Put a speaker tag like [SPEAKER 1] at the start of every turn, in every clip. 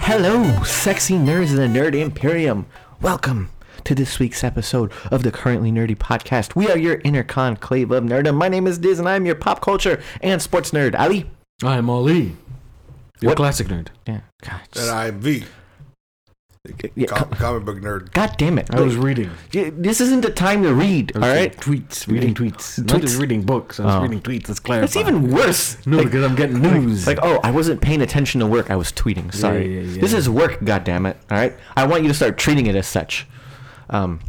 [SPEAKER 1] Hello, sexy nerds in the Nerd Imperium. Welcome to this week's episode of the Currently Nerdy podcast. We are your inner conclave of nerdom. My name is Diz, and I'm your pop culture and sports nerd, Ali.
[SPEAKER 2] I'm Ali, your
[SPEAKER 1] What-
[SPEAKER 2] classic nerd.
[SPEAKER 1] Yeah, God,
[SPEAKER 3] And I'm V,
[SPEAKER 1] yeah,
[SPEAKER 3] com- comic book nerd.
[SPEAKER 1] God damn it!
[SPEAKER 2] I was reading.
[SPEAKER 1] Yeah, this isn't the time to read. All right,
[SPEAKER 2] tweets, reading tweets. Not just
[SPEAKER 1] Tweets.
[SPEAKER 2] reading books. I was
[SPEAKER 1] Oh.
[SPEAKER 2] reading tweets. Let's clarify.
[SPEAKER 1] that's even worse.
[SPEAKER 2] no,
[SPEAKER 1] Like-
[SPEAKER 2] because I'm getting news.
[SPEAKER 1] Like, oh, I wasn't paying attention to work. I was tweeting. Sorry.
[SPEAKER 2] yeah, yeah,
[SPEAKER 1] this
[SPEAKER 2] yeah.
[SPEAKER 1] is work, goddammit. All right? I want you to start treating it as such. Um,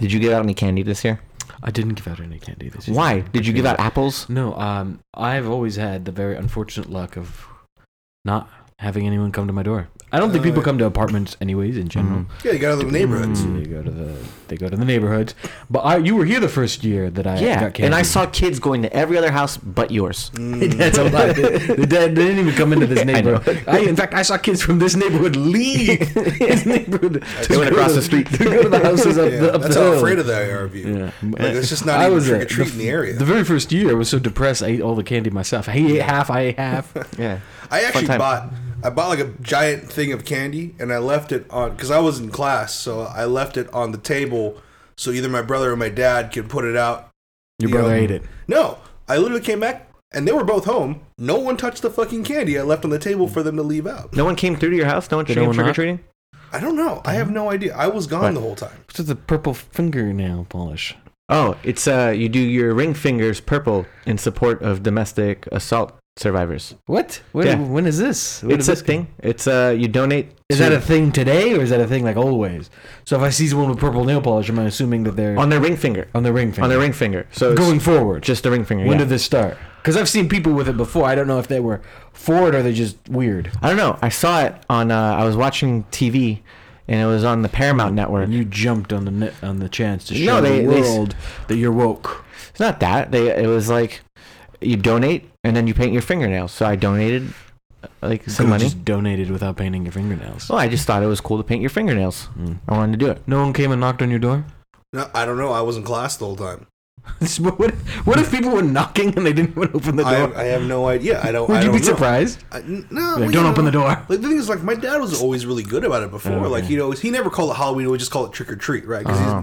[SPEAKER 1] did you give out any candy this year?
[SPEAKER 2] I didn't give out any candy this year.
[SPEAKER 1] Why? Did you give out apples?
[SPEAKER 2] No. Um, I've always had the very unfortunate luck of not having anyone come to my door. I don't think
[SPEAKER 3] Oh,
[SPEAKER 2] people
[SPEAKER 3] yeah.
[SPEAKER 2] come to apartments anyways in general.
[SPEAKER 3] Yeah, you got other neighborhoods.
[SPEAKER 2] They go to the they go to the neighborhoods. But I, you were here the first year that I
[SPEAKER 1] yeah.
[SPEAKER 2] got candy.
[SPEAKER 1] And I saw kids going to every other house but yours.
[SPEAKER 2] Mm.
[SPEAKER 3] Mm.
[SPEAKER 2] That's a lot. They, they didn't- they didn't even come into this
[SPEAKER 1] I know.
[SPEAKER 2] neighborhood. I, in fact, I saw kids from this neighborhood leave this neighborhood.
[SPEAKER 1] They went
[SPEAKER 2] to go
[SPEAKER 1] across
[SPEAKER 2] to-
[SPEAKER 1] the street.
[SPEAKER 2] to go to the houses up,
[SPEAKER 3] Yeah,
[SPEAKER 2] the, up
[SPEAKER 3] that's
[SPEAKER 2] the
[SPEAKER 3] how
[SPEAKER 2] hill.
[SPEAKER 3] afraid of the IRV.
[SPEAKER 2] Yeah.
[SPEAKER 3] Like, it's just not
[SPEAKER 2] I
[SPEAKER 3] even
[SPEAKER 2] was uh,
[SPEAKER 3] trick or treat in the area.
[SPEAKER 2] The very first year, I was so depressed. I ate all the candy myself. I ate half. I ate half.
[SPEAKER 1] Yeah.
[SPEAKER 3] I actually
[SPEAKER 1] time.
[SPEAKER 3] bought I bought like a giant thing of candy and I left it on because I was in class, so I left it on the table so either my brother or my dad could put it out.
[SPEAKER 2] Your
[SPEAKER 3] you
[SPEAKER 2] brother
[SPEAKER 3] know.
[SPEAKER 2] ate it.
[SPEAKER 3] No, I literally came back and they were both home. No one touched the fucking candy I left on the table for them to leave out.
[SPEAKER 1] No one came through to your house? No one
[SPEAKER 2] no
[SPEAKER 1] came
[SPEAKER 2] one
[SPEAKER 1] trick
[SPEAKER 2] knock?
[SPEAKER 1] or treating?
[SPEAKER 3] I don't know. I have no idea. I was gone
[SPEAKER 1] Right.
[SPEAKER 3] the whole time.
[SPEAKER 2] What's the purple fingernail polish?
[SPEAKER 1] Oh, it's uh, you do your ring fingers purple in support of domestic assault survivors.
[SPEAKER 2] What? When,
[SPEAKER 1] Yeah.
[SPEAKER 2] when is this? When
[SPEAKER 1] it's a
[SPEAKER 2] did this
[SPEAKER 1] thing. It's uh, you donate.
[SPEAKER 2] Is
[SPEAKER 1] to-
[SPEAKER 2] that a thing today, or is that a thing like always? So if I see someone with purple nail polish, am I assuming that they're on,
[SPEAKER 1] on their ring finger?
[SPEAKER 2] the ring finger?
[SPEAKER 1] On their ring finger. So it's
[SPEAKER 2] going forward.
[SPEAKER 1] just the ring finger.
[SPEAKER 2] When
[SPEAKER 1] yeah.
[SPEAKER 2] did this start? Because I've seen people with it before. I don't know if they were for it or they just weird.
[SPEAKER 1] I don't know. I saw it on. Uh, I was watching TV, and it was on the Paramount Network.
[SPEAKER 2] And you jumped on the net, on the chance to show
[SPEAKER 1] No, they-
[SPEAKER 2] the
[SPEAKER 1] they s-
[SPEAKER 2] world that you're woke.
[SPEAKER 1] It's not that they. It was like you donate and then you paint your fingernails. So I donated uh, like some
[SPEAKER 2] You
[SPEAKER 1] money.
[SPEAKER 2] just donated without painting your fingernails.
[SPEAKER 1] well, I just thought it was cool to paint your fingernails.
[SPEAKER 2] Mm.
[SPEAKER 1] I wanted to do it.
[SPEAKER 2] No one came and knocked on your door.
[SPEAKER 3] No, I don't know. I was in class the whole time.
[SPEAKER 2] what, what if people were knocking and they didn't want to open the
[SPEAKER 3] I
[SPEAKER 2] door?
[SPEAKER 3] have, I have no idea. I don't.
[SPEAKER 2] Would
[SPEAKER 3] I
[SPEAKER 2] you
[SPEAKER 3] don't
[SPEAKER 2] be
[SPEAKER 3] know.
[SPEAKER 2] surprised?
[SPEAKER 3] I, n- no,
[SPEAKER 2] Like,
[SPEAKER 3] well,
[SPEAKER 2] don't
[SPEAKER 3] you
[SPEAKER 2] open the
[SPEAKER 3] know,
[SPEAKER 2] door.
[SPEAKER 3] Like the thing is, like my dad was always really good about it before.
[SPEAKER 2] Okay.
[SPEAKER 3] Like he'd always he never called it Halloween. He would just call it trick or treat, right? 'Cause he's-
[SPEAKER 1] Uh-huh.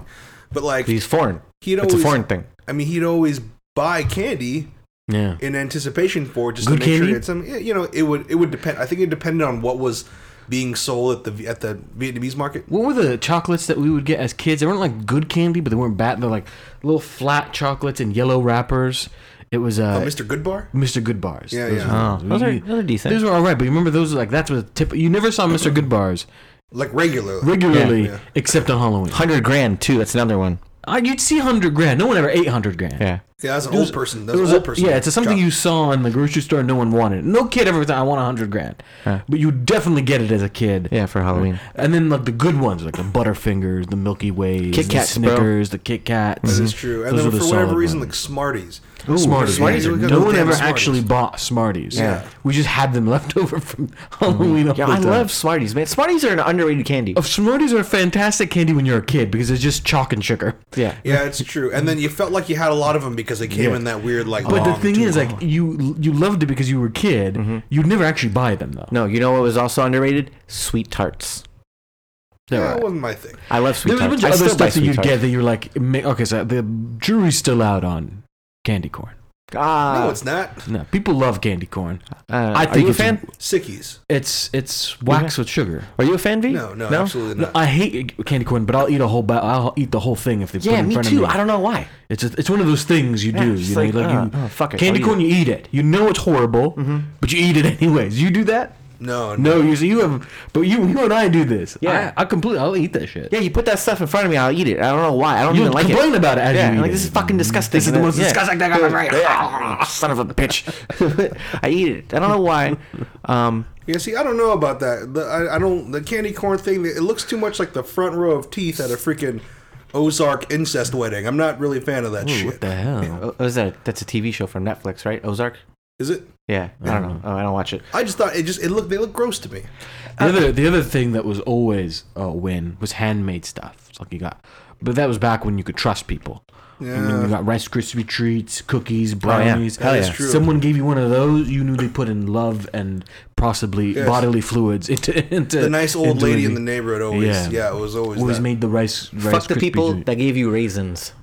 [SPEAKER 3] but like
[SPEAKER 1] He's foreign.
[SPEAKER 3] he'd
[SPEAKER 1] It's
[SPEAKER 3] always,
[SPEAKER 1] a foreign thing.
[SPEAKER 3] I mean, he'd always buy candy
[SPEAKER 2] Yeah.
[SPEAKER 3] in anticipation for it just
[SPEAKER 2] Good
[SPEAKER 3] to make sure
[SPEAKER 2] candy?
[SPEAKER 3] he had some. You know, it would it would depend. I think it depended on what was being sold at the at the Vietnamese market.
[SPEAKER 2] What were the chocolates that we would get as kids? They weren't like good candy, but they weren't bad. They're like little flat chocolates in yellow wrappers. It was uh,
[SPEAKER 3] Oh, Mr. Goodbar.
[SPEAKER 2] Mr. Good Bars.
[SPEAKER 3] Yeah,
[SPEAKER 2] Those
[SPEAKER 3] yeah.
[SPEAKER 2] were-
[SPEAKER 1] Oh, those are
[SPEAKER 2] we-
[SPEAKER 1] those are decent.
[SPEAKER 2] These were all right, but you remember those were like that's what the tip. You never saw Mr. Good Bars
[SPEAKER 3] Like regularly.
[SPEAKER 2] regularly,
[SPEAKER 3] Yeah. Yeah.
[SPEAKER 2] except on Halloween.
[SPEAKER 1] Hundred grand too. That's another one.
[SPEAKER 2] Uh, you'd see hundred grand. No one ever ate hundred grand.
[SPEAKER 1] Yeah.
[SPEAKER 3] yeah, that's an
[SPEAKER 2] It was-
[SPEAKER 3] old person.
[SPEAKER 2] it
[SPEAKER 3] That's
[SPEAKER 2] was
[SPEAKER 3] an old
[SPEAKER 2] a-
[SPEAKER 3] person.
[SPEAKER 2] Yeah, it's something you saw in the grocery store. No one wanted. it. No kid ever thought I want hundred grand,
[SPEAKER 1] Huh.
[SPEAKER 2] but you definitely get it as a kid.
[SPEAKER 1] Yeah, for Halloween.
[SPEAKER 2] And then like the good ones, like the Butterfingers, the Milky Ways,
[SPEAKER 1] Kit
[SPEAKER 2] the
[SPEAKER 1] Kats, bro.
[SPEAKER 2] Snickers, the Kit Kats.
[SPEAKER 3] This is true. And
[SPEAKER 2] Those were
[SPEAKER 3] then
[SPEAKER 2] the
[SPEAKER 3] for whatever
[SPEAKER 2] solid
[SPEAKER 3] reason,
[SPEAKER 2] ones.
[SPEAKER 3] like Smarties.
[SPEAKER 2] Smarties.
[SPEAKER 3] Smarties are good.
[SPEAKER 2] No one
[SPEAKER 3] Damn
[SPEAKER 2] ever
[SPEAKER 3] Smarties.
[SPEAKER 2] actually bought Smarties.
[SPEAKER 3] Yeah.
[SPEAKER 2] We just had them left over from Halloween. all
[SPEAKER 1] Yeah,
[SPEAKER 2] the
[SPEAKER 1] I
[SPEAKER 2] time.
[SPEAKER 1] love Smarties, man. Smarties are an underrated candy.
[SPEAKER 2] uh, Of Smarties are fantastic candy when you're a kid because it's just chalk and sugar.
[SPEAKER 1] Yeah.
[SPEAKER 3] Yeah, it's true. And then you felt like you had a lot of them because they came
[SPEAKER 2] Yeah.
[SPEAKER 3] in that weird like.
[SPEAKER 2] But the
[SPEAKER 3] long
[SPEAKER 2] thing
[SPEAKER 3] tube.
[SPEAKER 2] is, like you you loved it because you were a kid. You'd never actually buy them though.
[SPEAKER 1] No, you know what was also underrated? Sweet tarts.
[SPEAKER 2] They're
[SPEAKER 3] yeah,
[SPEAKER 2] all
[SPEAKER 3] it
[SPEAKER 2] right.
[SPEAKER 3] wasn't my thing.
[SPEAKER 1] I love sweet
[SPEAKER 2] There was
[SPEAKER 1] tarts.
[SPEAKER 2] a bunch of
[SPEAKER 1] I
[SPEAKER 2] other
[SPEAKER 1] still buy
[SPEAKER 2] stuff that
[SPEAKER 1] sweet
[SPEAKER 2] you'd
[SPEAKER 1] tarts.
[SPEAKER 2] get that you're like, ma- okay, so the jury's still out on candy corn. Uh,
[SPEAKER 1] Ah,
[SPEAKER 3] no, it's not.
[SPEAKER 2] No, people love candy corn.
[SPEAKER 1] uh,
[SPEAKER 2] I
[SPEAKER 1] are
[SPEAKER 2] think
[SPEAKER 1] you a
[SPEAKER 2] it's-
[SPEAKER 1] fan?
[SPEAKER 3] Sickies.
[SPEAKER 2] It's it's wax with sugar.
[SPEAKER 1] Are you a fan, V?
[SPEAKER 3] No, no,
[SPEAKER 1] no.
[SPEAKER 3] absolutely
[SPEAKER 2] No,
[SPEAKER 3] not.
[SPEAKER 2] I hate candy corn, but I'll eat a whole. Ba- I'll eat the whole thing if they put it
[SPEAKER 1] Yeah,
[SPEAKER 2] in
[SPEAKER 1] me
[SPEAKER 2] front
[SPEAKER 1] too.
[SPEAKER 2] of me.
[SPEAKER 1] I don't know why.
[SPEAKER 2] It's a, it's one of those things you
[SPEAKER 1] Yeah,
[SPEAKER 2] do.
[SPEAKER 1] just
[SPEAKER 2] You know,
[SPEAKER 1] like,
[SPEAKER 2] like, you,
[SPEAKER 1] uh, oh, fuck it,
[SPEAKER 2] candy
[SPEAKER 1] I'll eat Mm-hmm.
[SPEAKER 2] corn, you eat it. You know it's horrible, but you eat it anyways. You do that?
[SPEAKER 3] No,
[SPEAKER 2] No,
[SPEAKER 3] no.
[SPEAKER 2] you see, you have, but you you and I do this.
[SPEAKER 1] Yeah.
[SPEAKER 2] I, I completely. I'll eat that shit.
[SPEAKER 1] Yeah, you put that stuff in front of me, I'll eat it. I don't know why. I don't
[SPEAKER 2] You
[SPEAKER 1] even like
[SPEAKER 2] complain
[SPEAKER 1] it.
[SPEAKER 2] about it as
[SPEAKER 1] yeah,
[SPEAKER 2] you eat
[SPEAKER 1] I'm like
[SPEAKER 2] it.
[SPEAKER 1] this is fucking disgusting.
[SPEAKER 2] This is the
[SPEAKER 1] And
[SPEAKER 2] most
[SPEAKER 1] then- yeah.
[SPEAKER 2] disgusting thing I've ever eaten.
[SPEAKER 1] Yeah. Son of a bitch. I eat it. I don't know why. Um,
[SPEAKER 3] Yeah, see, I don't know about that. The, I, I don't the candy corn thing. It looks too much like the front row of teeth at a freaking Ozark incest wedding. I'm not really a fan of that
[SPEAKER 2] Ooh, what
[SPEAKER 3] shit.
[SPEAKER 2] the hell?
[SPEAKER 1] what was oh, that? That's a TV show from Netflix, right? Ozark.
[SPEAKER 3] Is it?
[SPEAKER 1] Yeah, I don't know. Oh, I don't watch it.
[SPEAKER 3] I just thought it just it looked they look gross to me.
[SPEAKER 2] uh, The other the other thing that was always a win was handmade stuff. It's like you got But that was back when you could trust people. I mean, Mm, you got Rice Krispie treats, cookies,
[SPEAKER 1] Oh, yeah.
[SPEAKER 2] brownies.
[SPEAKER 1] Hell That is yeah.
[SPEAKER 3] true.
[SPEAKER 2] Someone gave you one of those, you knew they put in love and possibly
[SPEAKER 3] Yes.
[SPEAKER 2] bodily fluids into, into
[SPEAKER 3] The nice old
[SPEAKER 2] into
[SPEAKER 3] lady in
[SPEAKER 2] it.
[SPEAKER 3] the neighborhood always.
[SPEAKER 2] Yeah.
[SPEAKER 3] Yeah, it was always.
[SPEAKER 2] always
[SPEAKER 3] that.
[SPEAKER 2] made the rice. rice
[SPEAKER 1] Fuck the
[SPEAKER 2] Krispie
[SPEAKER 1] people
[SPEAKER 2] treat.
[SPEAKER 1] that gave you raisins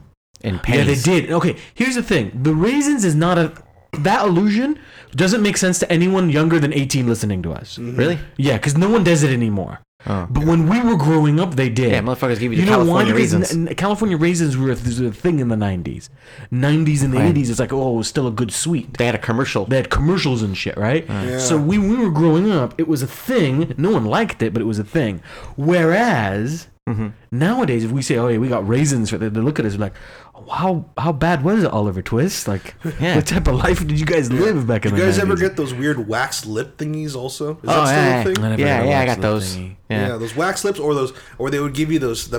[SPEAKER 1] and
[SPEAKER 2] Yeah, they
[SPEAKER 1] pennies.
[SPEAKER 2] did. Okay, here's the thing: the raisins is not a that allusion doesn't make sense to anyone younger than 18 listening to us.
[SPEAKER 1] Really?
[SPEAKER 2] Yeah, because no one does it anymore.
[SPEAKER 1] Oh.
[SPEAKER 2] But when we were growing up, they did.
[SPEAKER 1] Yeah, motherfuckers give you,
[SPEAKER 2] You
[SPEAKER 1] the
[SPEAKER 2] know
[SPEAKER 1] California
[SPEAKER 2] why? Because
[SPEAKER 1] raisins.
[SPEAKER 2] n- n- California raisins were a, th- was a thing in the 90s. 90s and the
[SPEAKER 1] Right.
[SPEAKER 2] 80s, it's like, oh, it was still a good sweet.
[SPEAKER 1] they had a commercial.
[SPEAKER 2] They had commercials and shit, right?
[SPEAKER 3] Yeah.
[SPEAKER 2] So when we were growing up, it was a thing. No one liked it, but it was a thing. Whereas
[SPEAKER 1] Mm-hmm.
[SPEAKER 2] nowadays, if we say, "Oh yeah, we got raisins," for," they they look at us like, "Oh, "How how bad was it, Oliver Twist? Like,
[SPEAKER 1] Yeah.
[SPEAKER 2] what type of life did you guys live back in
[SPEAKER 3] You
[SPEAKER 2] the
[SPEAKER 3] guys ever
[SPEAKER 2] 90s?"
[SPEAKER 3] get those weird wax lip thingies? Also, is
[SPEAKER 1] oh,
[SPEAKER 3] that still
[SPEAKER 1] yeah,
[SPEAKER 3] a thing?
[SPEAKER 2] I
[SPEAKER 1] yeah,
[SPEAKER 2] never
[SPEAKER 1] yeah,
[SPEAKER 2] got
[SPEAKER 1] I
[SPEAKER 2] wax
[SPEAKER 1] got
[SPEAKER 2] lip
[SPEAKER 1] those.
[SPEAKER 2] thingy.
[SPEAKER 1] Yeah.
[SPEAKER 3] Yeah. those wax lips, or those, or they would give you those the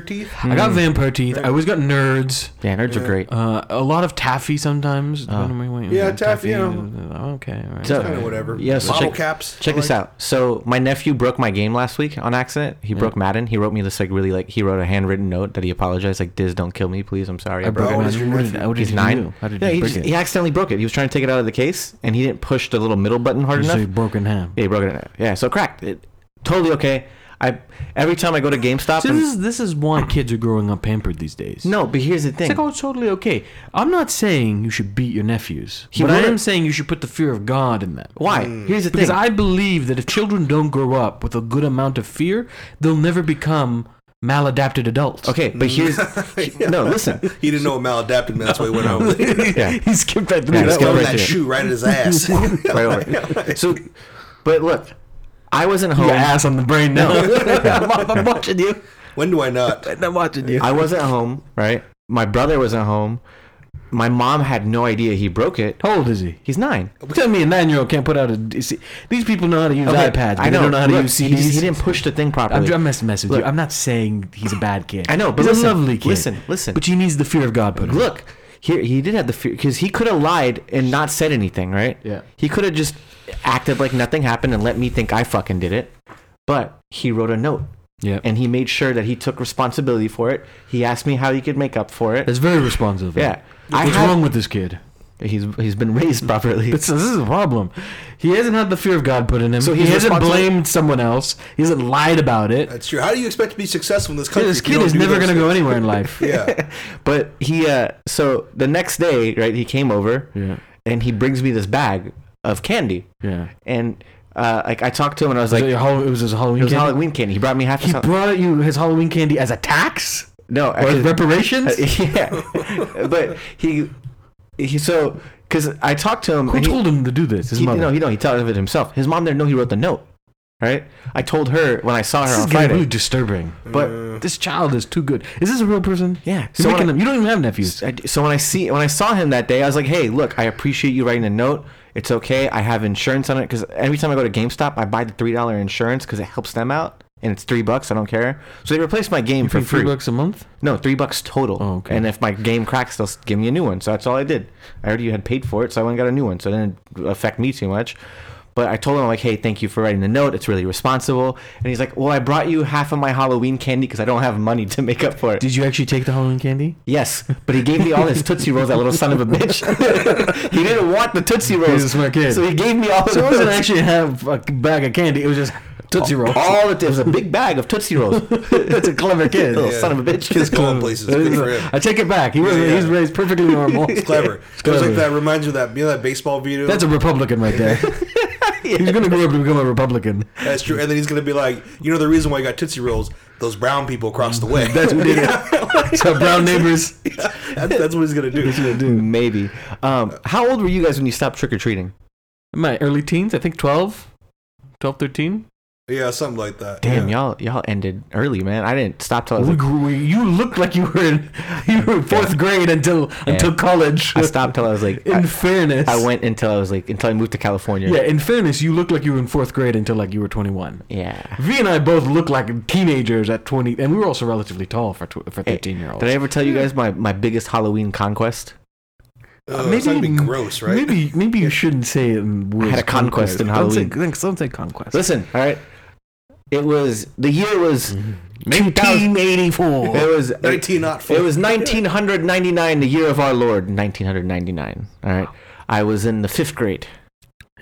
[SPEAKER 3] teeth.
[SPEAKER 2] I got
[SPEAKER 1] Mm-hmm.
[SPEAKER 2] vampire teeth. I always got nerds.
[SPEAKER 1] yeah, nerds are great.
[SPEAKER 2] Uh, a lot of taffy sometimes.
[SPEAKER 1] Ah.
[SPEAKER 3] Yeah, taffy, you
[SPEAKER 2] Oh, okay. all right.
[SPEAKER 1] So-
[SPEAKER 3] Kind of whatever.
[SPEAKER 1] Yeah, so
[SPEAKER 3] Bottle
[SPEAKER 1] check-
[SPEAKER 3] caps.
[SPEAKER 1] Check
[SPEAKER 3] I
[SPEAKER 1] this
[SPEAKER 3] like-
[SPEAKER 1] out. So my nephew broke my game last week on accident. He broke Madden. He wrote me this like really like he wrote a handwritten note that he apologized like Diz, don't kill me, please. I'm sorry. I, broke
[SPEAKER 3] broke
[SPEAKER 1] it.
[SPEAKER 3] it.
[SPEAKER 2] What did- what did
[SPEAKER 1] He's
[SPEAKER 2] you
[SPEAKER 1] nine.
[SPEAKER 2] do? How did
[SPEAKER 1] yeah,
[SPEAKER 2] you
[SPEAKER 1] he,
[SPEAKER 2] break
[SPEAKER 1] just,
[SPEAKER 2] it?
[SPEAKER 1] he accidentally broke it. He was trying to take it out of the case and he didn't push the little middle button hard
[SPEAKER 2] You
[SPEAKER 1] enough.
[SPEAKER 2] say broken ham.
[SPEAKER 1] Yeah, he broke it. in half. Yeah, so cracked. It totally okay. I every time I go to GameStop,
[SPEAKER 2] So
[SPEAKER 1] and-
[SPEAKER 2] this is this is why kids are growing up pampered these days.
[SPEAKER 1] no. But here's the thing.
[SPEAKER 2] It's like, oh, it's totally okay. I'm not saying you should beat your nephews. but I
[SPEAKER 1] wouldn't-
[SPEAKER 2] am saying you should put the fear of God in them.
[SPEAKER 1] Why? Here's the
[SPEAKER 2] Mm. Because
[SPEAKER 1] thing.
[SPEAKER 2] I believe that if children don't grow up with a good amount of fear, they'll never become maladapted adults.
[SPEAKER 1] okay, but here's no. Listen.
[SPEAKER 3] He didn't know what maladapted meant. That's why he went home.
[SPEAKER 1] Yeah.
[SPEAKER 2] he skipped right through
[SPEAKER 1] Yeah,
[SPEAKER 2] that
[SPEAKER 1] skip
[SPEAKER 2] one.
[SPEAKER 1] right
[SPEAKER 3] that
[SPEAKER 1] there.
[SPEAKER 3] shoe right at his ass.
[SPEAKER 1] Right over. So, but look, I wasn't home.
[SPEAKER 2] Your ass on the brain now.
[SPEAKER 1] I'm, I'm watching you.
[SPEAKER 3] when do I not?
[SPEAKER 2] I'm watching you.
[SPEAKER 1] I wasn't home, right? My brother wasn't home. My mom had no idea he broke it.
[SPEAKER 2] How old is he?
[SPEAKER 1] He's nine.
[SPEAKER 2] Tell me a nine-year-old can't put out a. you see, These people know how to use iPads. But
[SPEAKER 1] I know.
[SPEAKER 2] They don't know how
[SPEAKER 1] Look,
[SPEAKER 2] to use
[SPEAKER 1] he
[SPEAKER 2] CDs.
[SPEAKER 1] just- He, didn't push the thing properly.
[SPEAKER 2] I'm, I'm messing, messing with you.
[SPEAKER 1] Look.
[SPEAKER 2] I'm not saying he's a bad kid.
[SPEAKER 1] I know, but
[SPEAKER 2] he's
[SPEAKER 1] listen,
[SPEAKER 2] a lovely kid.
[SPEAKER 1] listen, listen.
[SPEAKER 2] But he needs the fear of God put in.
[SPEAKER 1] Look, here he did have the fear because he could have lied and not said anything, right?
[SPEAKER 2] Yeah.
[SPEAKER 1] He could have just acted like nothing happened and let me think I fucking did it. But he wrote a note
[SPEAKER 2] Yeah,
[SPEAKER 1] and he made sure that he took responsibility for it. He asked me how he could make up for it.
[SPEAKER 2] that's very responsive.
[SPEAKER 1] Yeah. I
[SPEAKER 2] What's
[SPEAKER 1] have-
[SPEAKER 2] wrong with this kid?
[SPEAKER 1] He's he's been raised properly.
[SPEAKER 2] This, this is a problem. He hasn't had the fear of God put in him.
[SPEAKER 1] So
[SPEAKER 2] So he
[SPEAKER 1] he's
[SPEAKER 2] hasn't
[SPEAKER 1] responsible-
[SPEAKER 2] blamed someone else. He hasn't lied about it.
[SPEAKER 3] That's true. How do you expect to be successful in this country?
[SPEAKER 2] this
[SPEAKER 3] if you
[SPEAKER 2] kid
[SPEAKER 3] don't
[SPEAKER 2] is
[SPEAKER 3] do
[SPEAKER 2] never
[SPEAKER 3] those
[SPEAKER 2] going to go
[SPEAKER 3] things?
[SPEAKER 2] anywhere in life.
[SPEAKER 3] Yeah.
[SPEAKER 1] But he uh so the next day, right, he came over
[SPEAKER 2] Yeah.
[SPEAKER 1] and he brings me this bag of candy.
[SPEAKER 2] Yeah. And
[SPEAKER 1] And uh like I talked to him and I was like
[SPEAKER 2] it,
[SPEAKER 1] it
[SPEAKER 2] was his Halloween.
[SPEAKER 1] was
[SPEAKER 2] candy?
[SPEAKER 1] Halloween candy. He brought me half
[SPEAKER 2] He
[SPEAKER 1] his Hall-
[SPEAKER 2] brought you his Halloween candy as a tax
[SPEAKER 1] No,
[SPEAKER 2] or
[SPEAKER 1] actually-
[SPEAKER 2] as reparations.
[SPEAKER 1] yeah. but he he so cuz I talked to him
[SPEAKER 2] Who
[SPEAKER 1] and he,
[SPEAKER 2] told him to do this? His
[SPEAKER 1] he,
[SPEAKER 2] mother.
[SPEAKER 1] no, he no, he thought of it himself. His mom didn't know he wrote the note. Right? I told her when I saw her
[SPEAKER 2] this is
[SPEAKER 1] on
[SPEAKER 2] getting
[SPEAKER 1] Friday.
[SPEAKER 2] really disturbing.
[SPEAKER 1] But
[SPEAKER 2] This child is too good. Is this a real person?
[SPEAKER 1] Yeah.
[SPEAKER 2] You're
[SPEAKER 1] So
[SPEAKER 2] making
[SPEAKER 1] when I-
[SPEAKER 2] them. You don't even have nephews.
[SPEAKER 1] I d- so when I see when I saw him that day, I was like, "Hey, look, I appreciate you writing a note. It's okay. I have insurance on it because every time I go to GameStop, I buy the three dollar insurance because it helps them out, and it's three bucks. I don't care. So they replaced my game for
[SPEAKER 2] Pay
[SPEAKER 1] free.
[SPEAKER 2] three bucks a month.
[SPEAKER 1] No, three bucks total.
[SPEAKER 2] Oh, okay.
[SPEAKER 1] And if my game cracks, they'll s- give me a new one. So that's all I did. I already had paid for it, so I went and got a new one. So it didn't affect me too much. But I told him like, "Hey, thank you for writing the note. It's really responsible." And he's like, "Well, I brought you half of my Halloween candy because I don't have money to make up for it."
[SPEAKER 2] Did you actually take the Halloween candy?
[SPEAKER 1] Yes, but he gave me all his Tootsie Rolls, that little son of a bitch. he didn't want the Tootsie Rolls.
[SPEAKER 2] He's a smart kid.
[SPEAKER 1] So he gave me all
[SPEAKER 2] So it
[SPEAKER 1] of
[SPEAKER 2] wasn't
[SPEAKER 1] those.
[SPEAKER 2] actually have a bag of candy. It was just Oh, Tootsie Rolls.
[SPEAKER 1] All it, it was a big bag of Tootsie Rolls.
[SPEAKER 2] That's a clever kid.
[SPEAKER 1] Little son of a bitch.
[SPEAKER 3] Kids going places. Good for him.
[SPEAKER 2] I take it back. He was
[SPEAKER 3] Yeah, yeah.
[SPEAKER 2] he was raised perfectly normal.
[SPEAKER 3] Clever. It was like that. Reminds you of that. You know that baseball video.
[SPEAKER 2] That's a Republican right there. He's gonna grow up to become a Republican.
[SPEAKER 3] That's true. And then he's gonna be like, you know, the reason why you got Tootsie Rolls, those brown people across the way.
[SPEAKER 2] That's who did it. So Uh, brown neighbors.
[SPEAKER 3] that's, that's what he's gonna do.
[SPEAKER 1] Maybe. Um, how old were you guys when you stopped trick or treating?
[SPEAKER 2] My early teens, I think 12, 12, 13.
[SPEAKER 3] Yeah, something like that.
[SPEAKER 1] Damn,
[SPEAKER 3] yeah.
[SPEAKER 1] y'all y'all ended early, man. I didn't stop till I was
[SPEAKER 2] Oh, We
[SPEAKER 1] like,
[SPEAKER 2] grew, we, you looked like you were in you were in fourth grade until until college.
[SPEAKER 1] I stopped till I was like,
[SPEAKER 2] In
[SPEAKER 1] I,
[SPEAKER 2] fairness,
[SPEAKER 1] I went until I was like, until I moved to California.
[SPEAKER 2] Yeah, in fairness, you looked like you were in fourth grade until like you were 21.
[SPEAKER 1] Yeah.
[SPEAKER 2] V and I both looked like teenagers at 20, and we were also relatively tall for tw- for 13 year olds.
[SPEAKER 1] Did I ever tell you guys my, my biggest Halloween conquest?
[SPEAKER 3] Ugh, it's not gonna be Uh, gross, right?
[SPEAKER 2] Uh, Maybe maybe you shouldn't say it in words.
[SPEAKER 1] had a conquest in
[SPEAKER 2] Don't say-
[SPEAKER 1] Halloween.
[SPEAKER 2] Don't say, don't say conquest.
[SPEAKER 1] Listen, all right. It was the year was
[SPEAKER 2] Mm-hmm. 1984.
[SPEAKER 1] it was it,
[SPEAKER 3] 19 not
[SPEAKER 1] it was 1999, the year of our Lord 1999. All right, I was in the fifth grade.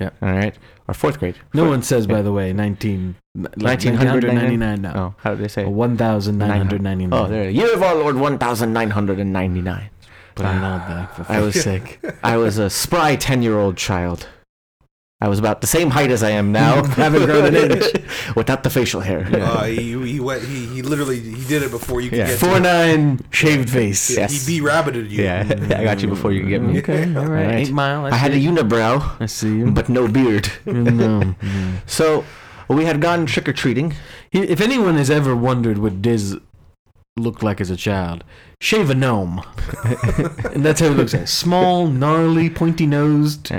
[SPEAKER 2] Yeah.
[SPEAKER 1] All right, or fourth grade.
[SPEAKER 2] no one says, by the way, 19, like 1999 now.
[SPEAKER 1] Oh, how did they say?
[SPEAKER 2] Or
[SPEAKER 1] it?
[SPEAKER 2] 1999.
[SPEAKER 1] Oh, there. Year of our Lord 1999.
[SPEAKER 2] But I'm not that. for
[SPEAKER 1] I was
[SPEAKER 2] fuck's sake.
[SPEAKER 1] I was a spry 10 year old child. I was about the same height as I am now, haven't grown an inch, without the facial hair.
[SPEAKER 3] Uh, he, he went. He, he literally he did it before you could
[SPEAKER 1] Yeah.
[SPEAKER 3] get
[SPEAKER 2] Four
[SPEAKER 3] to
[SPEAKER 2] nine shaved face.
[SPEAKER 3] it.
[SPEAKER 1] yes.
[SPEAKER 3] He be rabbited you.
[SPEAKER 1] Yeah, I got you before you could get me.
[SPEAKER 2] Okay, all right.
[SPEAKER 1] All right.
[SPEAKER 2] Eight mile.
[SPEAKER 1] I had a
[SPEAKER 2] see.
[SPEAKER 1] unibrow,
[SPEAKER 2] I see you.
[SPEAKER 1] but no beard.
[SPEAKER 2] no.
[SPEAKER 1] So we had gone trick or treating.
[SPEAKER 2] If anyone has ever wondered what Diz looked like as a child, shave a gnome, and that's how he looks like. Small, gnarly, pointy nosed.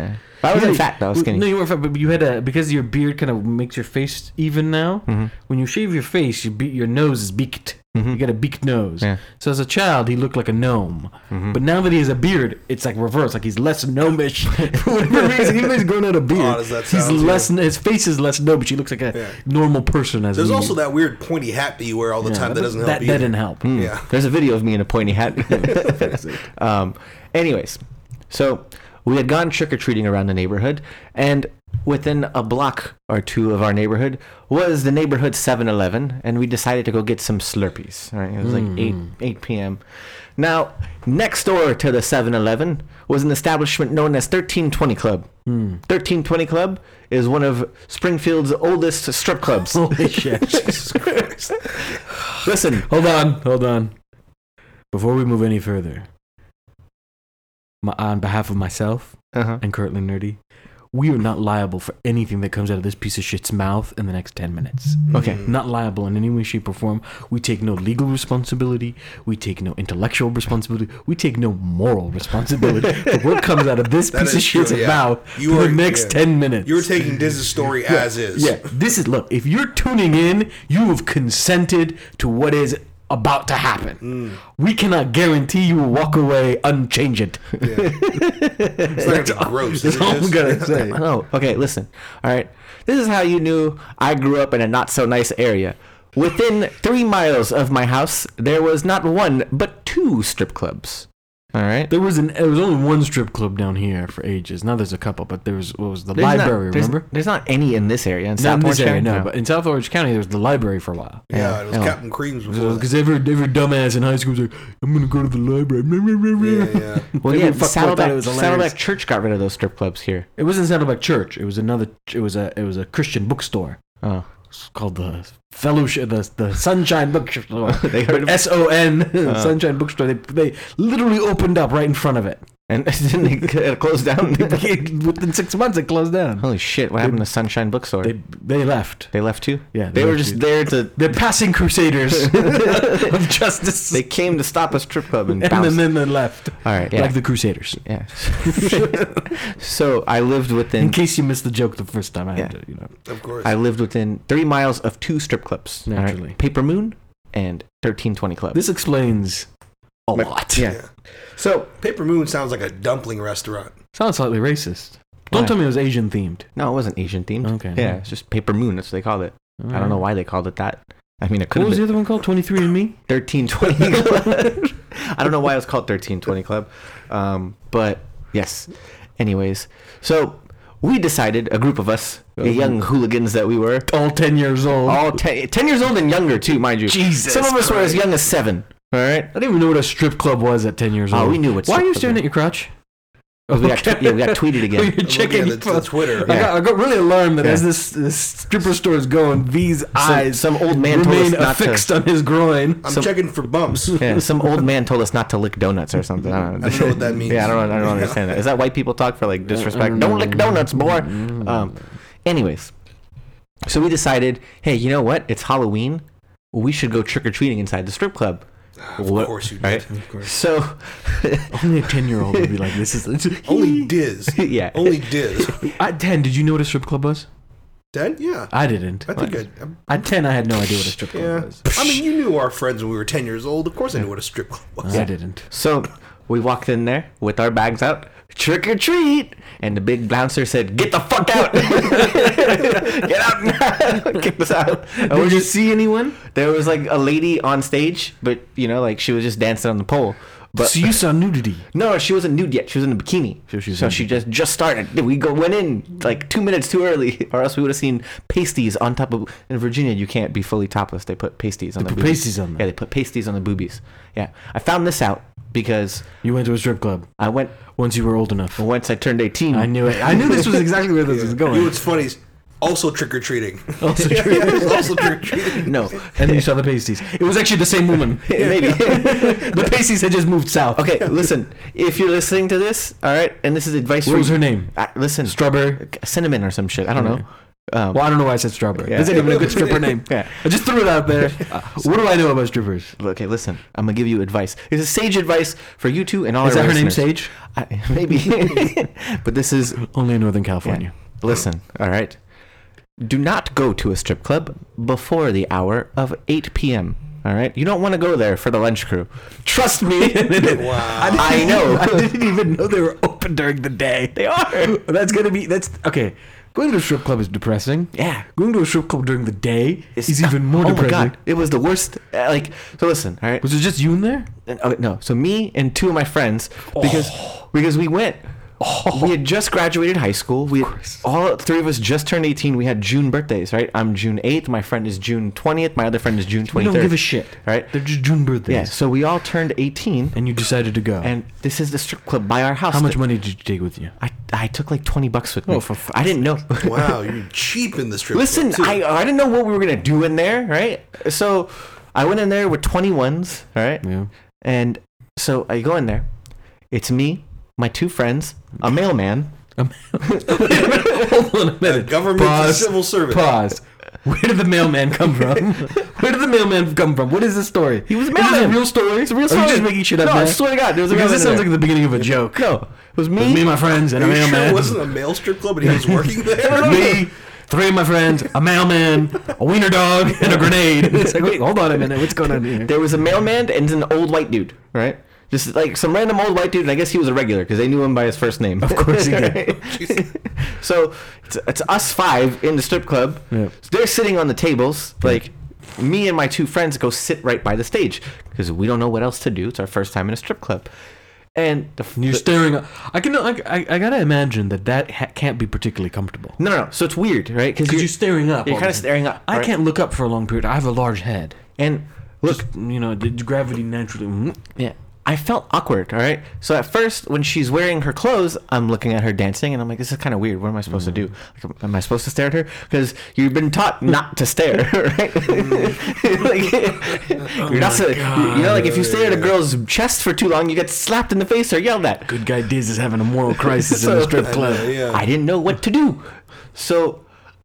[SPEAKER 1] I wasn't fat though, I was skinny.
[SPEAKER 2] No, you weren't fat, but you had a because your beard kind of makes your face even now.
[SPEAKER 1] Mhm.
[SPEAKER 2] When you shave your face, your be- your nose is beaked. You
[SPEAKER 1] Mhm.
[SPEAKER 2] got a beaked nose.
[SPEAKER 1] Yeah. Mm-hmm.
[SPEAKER 2] So as a child, he looked like a gnome. But now that he has a beard, it's like reverse. Like he's less gnomish. For whatever reason, even though he's grown out a beard,
[SPEAKER 3] Odd as that
[SPEAKER 2] he's
[SPEAKER 3] sounds, yeah.
[SPEAKER 2] less. His face is less gnomish. He looks like a
[SPEAKER 3] Yeah.
[SPEAKER 2] normal person. As
[SPEAKER 3] There's
[SPEAKER 2] we-
[SPEAKER 3] also that weird pointy hat that you wear all the
[SPEAKER 2] Yeah,
[SPEAKER 3] time that doesn't help
[SPEAKER 2] That, that
[SPEAKER 3] either.
[SPEAKER 2] didn't help.
[SPEAKER 1] Mm.
[SPEAKER 3] Yeah.
[SPEAKER 1] There's a video of me in a pointy hat. um, anyways, so we had gone trick or treating around the neighborhood, and within a block or two of our neighborhood was the neighborhood 7-Eleven, and we decided to go get some Slurpees. All right, it was like eight eight p.m. Now, next door to the 7-Eleven was an establishment known as 1320 Club. 1320 Club is one of Springfield's oldest strip clubs.
[SPEAKER 2] Holy shit!
[SPEAKER 1] Listen,
[SPEAKER 2] hold on, hold on. Before we move any further, my, on behalf of myself
[SPEAKER 1] uh-huh.
[SPEAKER 2] and currently nerdy, we are not liable for anything that comes out of this piece of shit's mouth in the next ten minutes.
[SPEAKER 3] Hmm.
[SPEAKER 1] okay.
[SPEAKER 2] Not liable in any way, shape, or form. We take no legal responsibility. We take no intellectual responsibility. We take no moral responsibility for what comes out of this
[SPEAKER 3] That
[SPEAKER 2] piece of
[SPEAKER 3] is true,
[SPEAKER 2] shit's
[SPEAKER 3] yeah.
[SPEAKER 2] mouth
[SPEAKER 3] You
[SPEAKER 2] for
[SPEAKER 3] are-
[SPEAKER 2] the next
[SPEAKER 3] yeah.
[SPEAKER 2] ten minutes.
[SPEAKER 3] You were taking Diz's story as is.
[SPEAKER 2] Yeah, this is look. If you're tuning in, you have consented to what is about to happen.
[SPEAKER 1] Mm.
[SPEAKER 2] We cannot guarantee you will walk away unchanged.
[SPEAKER 3] It's not gonna be gross.
[SPEAKER 2] That's
[SPEAKER 3] is it,
[SPEAKER 2] all
[SPEAKER 3] Diz?
[SPEAKER 2] I'm gonna say.
[SPEAKER 1] Oh, okay, listen. All right. This is how you knew I grew up in a not so nice area. Within three miles of my house, there was not one, but two strip clubs. All right.
[SPEAKER 2] There was an there was only one strip club down here for ages. Now there's a couple, but there was what was the
[SPEAKER 1] There's not-
[SPEAKER 2] library?
[SPEAKER 1] there's-
[SPEAKER 2] remember?
[SPEAKER 1] There's not any in this area. In
[SPEAKER 2] Not
[SPEAKER 1] South
[SPEAKER 2] in this
[SPEAKER 1] Orange
[SPEAKER 2] area,
[SPEAKER 1] County?
[SPEAKER 2] no, But in South Orange County, there was the library for a while.
[SPEAKER 3] Yeah, it was
[SPEAKER 1] Yeah.
[SPEAKER 3] Captain Creams before. that.
[SPEAKER 2] Because every every dumbass in high school was like, "I'm gonna go to the library."
[SPEAKER 3] Yeah, yeah.
[SPEAKER 1] Well,
[SPEAKER 2] Every
[SPEAKER 1] yeah,
[SPEAKER 2] fuckboy thought
[SPEAKER 1] Saddleback,
[SPEAKER 2] it was hilarious.
[SPEAKER 1] Saddleback Church got rid of those strip clubs here.
[SPEAKER 2] It wasn't Saddleback Church. It was another. It was a. It was a Christian bookstore.
[SPEAKER 1] Oh.
[SPEAKER 2] It's called the Fellowship, the, the Sunshine Bookstore.
[SPEAKER 1] They heard of- Uh.
[SPEAKER 2] S O N Sunshine Bookstore. They, they literally opened up right in front of it.
[SPEAKER 1] And then they uh, closed down.
[SPEAKER 2] Within six months, it closed down.
[SPEAKER 1] Holy shit, what happened to Sunshine Bookstore?
[SPEAKER 2] They
[SPEAKER 1] They,
[SPEAKER 2] they left.
[SPEAKER 1] left too?
[SPEAKER 2] Yeah,
[SPEAKER 1] They,
[SPEAKER 2] they
[SPEAKER 1] were
[SPEAKER 2] left
[SPEAKER 1] just
[SPEAKER 2] you.
[SPEAKER 1] there to.
[SPEAKER 2] They're passing crusaders of justice,
[SPEAKER 1] They came to stop a strip club and,
[SPEAKER 2] and
[SPEAKER 1] bounced.
[SPEAKER 2] then, then they left
[SPEAKER 1] All right, yeah.
[SPEAKER 2] like the crusaders.
[SPEAKER 1] Yeah. so I lived
[SPEAKER 2] In
[SPEAKER 1] within
[SPEAKER 2] case you missed the joke the first time, I had
[SPEAKER 1] Yeah.
[SPEAKER 2] to, you know.
[SPEAKER 3] Of course.
[SPEAKER 1] I lived within three miles of two strip clubs. all right?
[SPEAKER 2] Naturally.
[SPEAKER 1] Paper Moon and thirteen twenty Club.
[SPEAKER 2] This explains a lot.
[SPEAKER 1] yeah. So
[SPEAKER 3] Paper Moon sounds like a dumpling restaurant.
[SPEAKER 2] sounds slightly racist. Don't
[SPEAKER 1] Why?
[SPEAKER 2] tell me it was Asian themed.
[SPEAKER 1] no, it wasn't Asian themed.
[SPEAKER 2] Okay.
[SPEAKER 1] Yeah, it's just Paper Moon. That's what they called it. I don't know why they called it that. I mean, it could
[SPEAKER 2] What
[SPEAKER 1] have
[SPEAKER 2] was the
[SPEAKER 1] been
[SPEAKER 2] other one called? Twenty Three and Me.
[SPEAKER 1] thirteen twenty Club. I don't know why it was called thirteen twenty Club, um, but yes. Anyways, so we decided a group of us, the young hooligans that we were,
[SPEAKER 2] all 10 years old.
[SPEAKER 1] all ten, 10 years old and younger too, mind you.
[SPEAKER 2] Oh. Jesus
[SPEAKER 1] Some of us were as
[SPEAKER 2] Christ.
[SPEAKER 1] young as seven. All right.
[SPEAKER 2] I didn't even know what a strip club was at 10 years
[SPEAKER 1] Oh,
[SPEAKER 2] old.
[SPEAKER 1] we knew what
[SPEAKER 2] Why
[SPEAKER 1] strip
[SPEAKER 2] are you
[SPEAKER 1] club
[SPEAKER 2] staring
[SPEAKER 1] was.
[SPEAKER 2] at your crotch?
[SPEAKER 1] Oh, we got,
[SPEAKER 2] Okay.
[SPEAKER 1] yeah, we got tweeted
[SPEAKER 2] You're
[SPEAKER 1] again.
[SPEAKER 2] checking your
[SPEAKER 3] at Oh, the-
[SPEAKER 2] phone.
[SPEAKER 3] the Twitter.
[SPEAKER 2] I, got, I got really alarmed that
[SPEAKER 1] Yeah.
[SPEAKER 2] as this, this stripper store is going, V's eyes
[SPEAKER 1] some old man told
[SPEAKER 2] remain
[SPEAKER 1] us not to-
[SPEAKER 2] affixed on his groin.
[SPEAKER 3] I'm checking for bumps.
[SPEAKER 1] Yeah, some old man told us not to lick donuts or something. I don't know,
[SPEAKER 3] I don't know what that means.
[SPEAKER 1] Yeah, I don't, I don't understand that. Is that white people talk for like disrespect? Don't lick donuts, boy. Um, anyways, so we decided, hey, you know what? It's Halloween. We should go trick or treating inside the strip club.
[SPEAKER 3] Of course you did.
[SPEAKER 1] Right? So,
[SPEAKER 2] Only a 10 year old would be like, this is.
[SPEAKER 1] Oh.
[SPEAKER 3] Only Diz.
[SPEAKER 1] yeah.
[SPEAKER 3] Only Diz.
[SPEAKER 2] At 10, did you know what a strip club was?
[SPEAKER 3] Then yeah.
[SPEAKER 2] I didn't.
[SPEAKER 3] I think I. I'm,
[SPEAKER 2] At 10, I had no idea what a strip club
[SPEAKER 3] yeah.
[SPEAKER 2] was.
[SPEAKER 3] I mean, you knew our friends when we were ten years old. Of course, I knew what a strip club was.
[SPEAKER 2] I didn't.
[SPEAKER 1] So we walked in there with our bags out, trick or treat. And the big bouncer said, get the fuck out. get out now. Kick us out. And we
[SPEAKER 2] Did you
[SPEAKER 1] Oh, just,
[SPEAKER 2] see anyone?
[SPEAKER 1] there was like a lady on stage, but you know, like she was just dancing on the pole. But
[SPEAKER 2] So you saw nudity.
[SPEAKER 1] no, no, she wasn't nude yet. She was in a bikini. So,
[SPEAKER 2] she was nude.
[SPEAKER 1] she just just started. We go went in like two minutes too early, or else we would have seen pasties on top of. In Virginia, you can't be fully topless. They put pasties on the
[SPEAKER 2] put
[SPEAKER 1] boobies.
[SPEAKER 2] pasties on them.
[SPEAKER 1] Yeah, they put pasties on the boobies. Yeah, I found this out because
[SPEAKER 2] You went to a strip club
[SPEAKER 1] I went
[SPEAKER 2] once you were old enough.
[SPEAKER 1] once I turned eighteen.
[SPEAKER 2] I knew it. I knew this was exactly where this was
[SPEAKER 3] You know
[SPEAKER 2] going. Oh.
[SPEAKER 3] what's funny is also trick or treating.
[SPEAKER 2] Also true.
[SPEAKER 3] also trick or treating.
[SPEAKER 1] No,
[SPEAKER 2] And then you saw the pasties. It was actually the same woman.
[SPEAKER 1] maybe.
[SPEAKER 2] the pasties had just moved south.
[SPEAKER 1] okay, listen. If you're listening to this, all right, and this is advice
[SPEAKER 2] What
[SPEAKER 1] for
[SPEAKER 2] was
[SPEAKER 1] you-
[SPEAKER 2] her name?
[SPEAKER 1] Uh, listen,
[SPEAKER 2] Strawberry.
[SPEAKER 1] cinnamon or some shit. I don't know. Um,
[SPEAKER 2] Well, I don't know why I said strawberry.
[SPEAKER 1] Yeah.
[SPEAKER 2] That's not even a good stripper name.
[SPEAKER 1] Yeah.
[SPEAKER 2] I just threw it out there. what do I know about strippers?
[SPEAKER 1] Okay, listen. I'm gonna give you advice. This is sage advice for you two and all.
[SPEAKER 2] Is
[SPEAKER 1] our
[SPEAKER 2] that her name
[SPEAKER 1] listeners.
[SPEAKER 2] Sage?
[SPEAKER 1] I, maybe, but this is.
[SPEAKER 2] Only in Northern
[SPEAKER 1] yeah.
[SPEAKER 2] California.
[SPEAKER 1] Listen, all right. Do not go to a strip club before the hour of 8 p.m. All right, you don't want to go there for the lunch crew. Trust me.
[SPEAKER 3] Wow.
[SPEAKER 1] I know.
[SPEAKER 2] I didn't even know they were open during the day. They are. That's gonna be. That's okay. Going to a strip club is depressing.
[SPEAKER 1] Yeah.
[SPEAKER 2] Going to a strip club during the day
[SPEAKER 1] It's-
[SPEAKER 2] is even more
[SPEAKER 1] oh
[SPEAKER 2] depressing.
[SPEAKER 1] my god, it was the worst. uh, Like, so listen, all right.
[SPEAKER 2] Was it just you in there?
[SPEAKER 1] And- oh, no, so me and two of my friends because
[SPEAKER 2] Oh.
[SPEAKER 1] because we went. We had just graduated high school. We had, all three of us just turned eighteen. We had June birthdays, right? I'm June eighth. My friend is June twentieth. My other friend is June
[SPEAKER 2] We
[SPEAKER 1] twenty
[SPEAKER 2] don't
[SPEAKER 1] third.
[SPEAKER 2] give a shit.
[SPEAKER 1] right?
[SPEAKER 2] They're just June birthdays.
[SPEAKER 1] Yeah. So we all turned eighteen,
[SPEAKER 2] And you decided to go.
[SPEAKER 1] and this is the strip club by our house.
[SPEAKER 2] how much
[SPEAKER 1] that-
[SPEAKER 2] money did you take with you?
[SPEAKER 1] I I took like twenty bucks with me.
[SPEAKER 2] Oh, for fuck's
[SPEAKER 1] I didn't know.
[SPEAKER 3] Wow, you're cheap in this strip.
[SPEAKER 1] Listen,
[SPEAKER 3] club, too.
[SPEAKER 1] I I didn't know what we were gonna do in there, right? So I went in there with twenty ones, all right?
[SPEAKER 2] Yeah.
[SPEAKER 1] And so I go in there. It's me, my two friends, a mailman.
[SPEAKER 2] Hold on a minute.
[SPEAKER 3] government to civil servant.
[SPEAKER 2] Pause. Where did the mailman come from? Where did the mailman come from? What is this story? He
[SPEAKER 1] was a
[SPEAKER 2] Is this
[SPEAKER 1] mailman.
[SPEAKER 2] a real story? It's a
[SPEAKER 1] real
[SPEAKER 2] Are
[SPEAKER 1] story.
[SPEAKER 2] you just making shit up
[SPEAKER 1] No, I
[SPEAKER 2] now?
[SPEAKER 1] swear to God, there was a
[SPEAKER 2] Because this
[SPEAKER 1] mailman
[SPEAKER 2] sounds
[SPEAKER 1] in
[SPEAKER 2] like the beginning of a joke.
[SPEAKER 1] No, it was me.
[SPEAKER 2] Me and my friends and a
[SPEAKER 3] Are you sure
[SPEAKER 2] mailman.
[SPEAKER 3] it wasn't a male strip club and he was working there?
[SPEAKER 2] me, three of my friends, a mailman, a wiener dog, and a grenade. It's like, wait, hold on a minute. What's going on here?
[SPEAKER 1] there was a mailman and an old white dude, right? Just like some random old white dude, and I guess he was a regular because they knew him by his first name. Of
[SPEAKER 2] course he did.
[SPEAKER 1] so it's, it's us five in the strip club.
[SPEAKER 2] Yeah.
[SPEAKER 1] So they're sitting on the tables. Like me and my two friends go sit right by the stage because we don't know what else to do. It's our first time in a strip club, and the,
[SPEAKER 2] You're
[SPEAKER 1] the-
[SPEAKER 2] staring. at- I can. I, I, I gotta imagine that that ha- can't be particularly comfortable.
[SPEAKER 1] no, no, no. So it's weird, right? Because
[SPEAKER 2] Because you're staring up.
[SPEAKER 1] You're
[SPEAKER 2] all
[SPEAKER 1] kind of
[SPEAKER 2] the time.
[SPEAKER 1] staring up.
[SPEAKER 2] I
[SPEAKER 1] right?
[SPEAKER 2] can't look up for a long period. I have a large head.
[SPEAKER 1] And look,
[SPEAKER 2] Just, you know, the gravity naturally. mm,
[SPEAKER 1] Yeah. I felt awkward, all right? So at first, when she's wearing her clothes, I'm looking at her dancing and I'm like, this is kind of weird. What am I supposed to do? Like, am I supposed to stare at her? Because you've been taught not to stare, right? like, you're not, so- you know, like if you stare at a girl's chest for too long, you get slapped in the face or yelled at.
[SPEAKER 2] Good guy Diz is having a moral crisis in the
[SPEAKER 1] So-
[SPEAKER 2] strip club.
[SPEAKER 3] yeah.
[SPEAKER 1] I didn't know what to do. So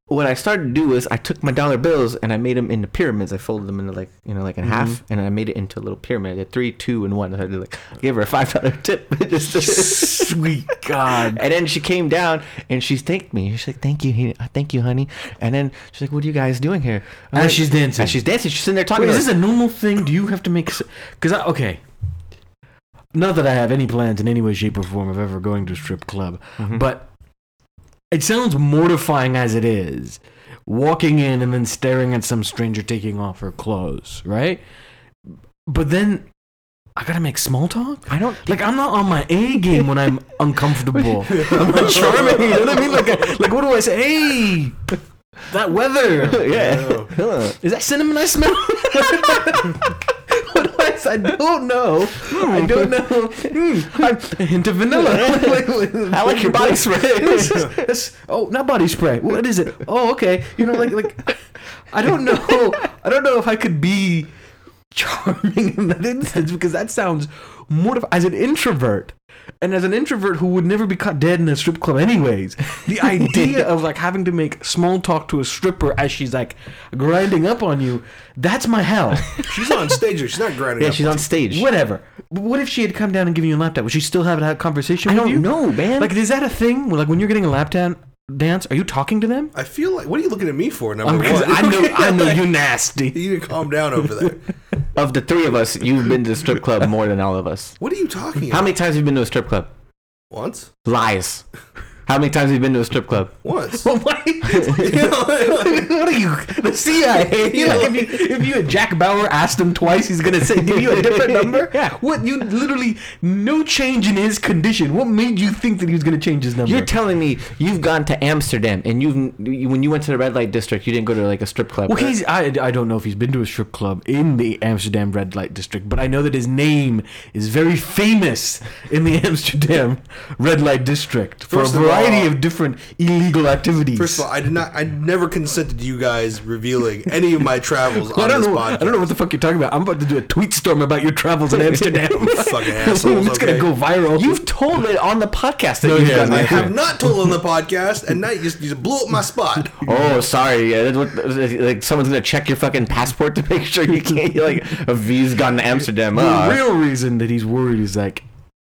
[SPEAKER 1] what I started to do is I took my dollar bills and I made them into pyramids. I folded them into like you know like in half, and I made it into a little pyramid. I did three, two, and one. I did like I gave her a five dollar tip, Just to-
[SPEAKER 2] Sweet God.
[SPEAKER 1] and then she came down and she thanked me. She's like, "Thank you, he- thank you, honey." And then she's like, "What are you guys doing here?" I'm
[SPEAKER 2] As
[SPEAKER 1] like-
[SPEAKER 2] she's dancing.
[SPEAKER 1] As she's dancing, she's sitting there talking.
[SPEAKER 2] Wait,
[SPEAKER 1] to
[SPEAKER 2] is
[SPEAKER 1] us.
[SPEAKER 2] this a normal thing? Do you have to make? Because I okay. Not that I have any plans in any way, shape, or form of ever going to a strip club, but it sounds mortifying as it is. Walking in and then staring at some stranger taking off her clothes, right? But then I gotta make small talk.
[SPEAKER 1] I don't.
[SPEAKER 2] Like I'm not on my A game when I'm uncomfortable. I'm not charming. You know what I mean? Like, I- like what do I say? Hey, that weather
[SPEAKER 1] Yeah.
[SPEAKER 2] is that cinnamon I smell? what do I say? I don't know. I don't know. Hmm, I, a hint of vanilla.
[SPEAKER 1] I like your body spray.
[SPEAKER 2] This is- this- oh, not body spray. What is it? Oh, okay. You know, like like I don't know. I don't know if I could be charming in that instance because that sounds mortifying. As an introvert, and as an introvert who would never be caught dead in a strip club, anyways, the idea of like having to make small talk to a stripper as she's like grinding up on you—that's my hell.
[SPEAKER 3] She's on stage. She's not grinding.
[SPEAKER 1] yeah,
[SPEAKER 3] up.
[SPEAKER 1] she's on stage.
[SPEAKER 2] Whatever. But what if she had come down and given you a lap dance? Would she still have a conversation
[SPEAKER 1] I
[SPEAKER 2] with
[SPEAKER 1] don't
[SPEAKER 2] you?
[SPEAKER 1] know, man.
[SPEAKER 2] Like, is that a thing? Like, when you're getting a lap dan- dance, are you talking to them?
[SPEAKER 3] I feel like. What are you looking at me for? Number
[SPEAKER 2] Um,
[SPEAKER 3] one.
[SPEAKER 2] because I know, I know you nasty.
[SPEAKER 3] You need to calm down over there.
[SPEAKER 1] of the three of us, you've been to the strip club more than all of us.
[SPEAKER 3] What are you talking
[SPEAKER 1] How
[SPEAKER 3] about?
[SPEAKER 1] many times have you been to a strip club?
[SPEAKER 3] Once?
[SPEAKER 1] Lies. How many times have you been to a strip club?
[SPEAKER 3] Once.
[SPEAKER 2] what
[SPEAKER 3] You know,
[SPEAKER 2] are you? The CIA?
[SPEAKER 3] Yeah.
[SPEAKER 2] Like if you if you and Jack Bauer asked him twice, he's gonna say give you a different number.
[SPEAKER 1] Yeah.
[SPEAKER 2] What you literally no change in his condition. What made you think that he was gonna change his number?
[SPEAKER 1] You're telling me you've gone to Amsterdam and you've when you went to the red light district, you didn't go to like a strip club.
[SPEAKER 2] Well,
[SPEAKER 1] right?
[SPEAKER 2] he's I, I don't know if he's been to a strip club in the Amsterdam red light district, but I know that his name is very famous in the Amsterdam red light district for
[SPEAKER 3] First
[SPEAKER 2] a
[SPEAKER 3] of
[SPEAKER 2] variety
[SPEAKER 3] all-
[SPEAKER 2] of different illegal activities.
[SPEAKER 3] First of all, I did not. I never consented to you guys revealing any of my travels
[SPEAKER 2] I
[SPEAKER 3] on
[SPEAKER 2] don't
[SPEAKER 3] this
[SPEAKER 2] know.
[SPEAKER 3] podcast.
[SPEAKER 2] I don't know what the fuck you're talking about. I'm about to do a tweet storm about your travels in Amsterdam.
[SPEAKER 3] Fucking assholes,
[SPEAKER 2] it's
[SPEAKER 3] okay?
[SPEAKER 2] gonna go viral.
[SPEAKER 1] You've told it on the podcast that
[SPEAKER 2] No,
[SPEAKER 1] you've
[SPEAKER 2] yeah,
[SPEAKER 1] done
[SPEAKER 2] I
[SPEAKER 3] I
[SPEAKER 1] that.
[SPEAKER 3] have not told on the podcast, and now you just, you just blew up my spot.
[SPEAKER 1] Oh, sorry. Yeah, that's what, like someone's gonna check your fucking passport to make sure you can't like a V's gone to Amsterdam.
[SPEAKER 2] the
[SPEAKER 1] Ah.
[SPEAKER 2] real reason that he's worried is like,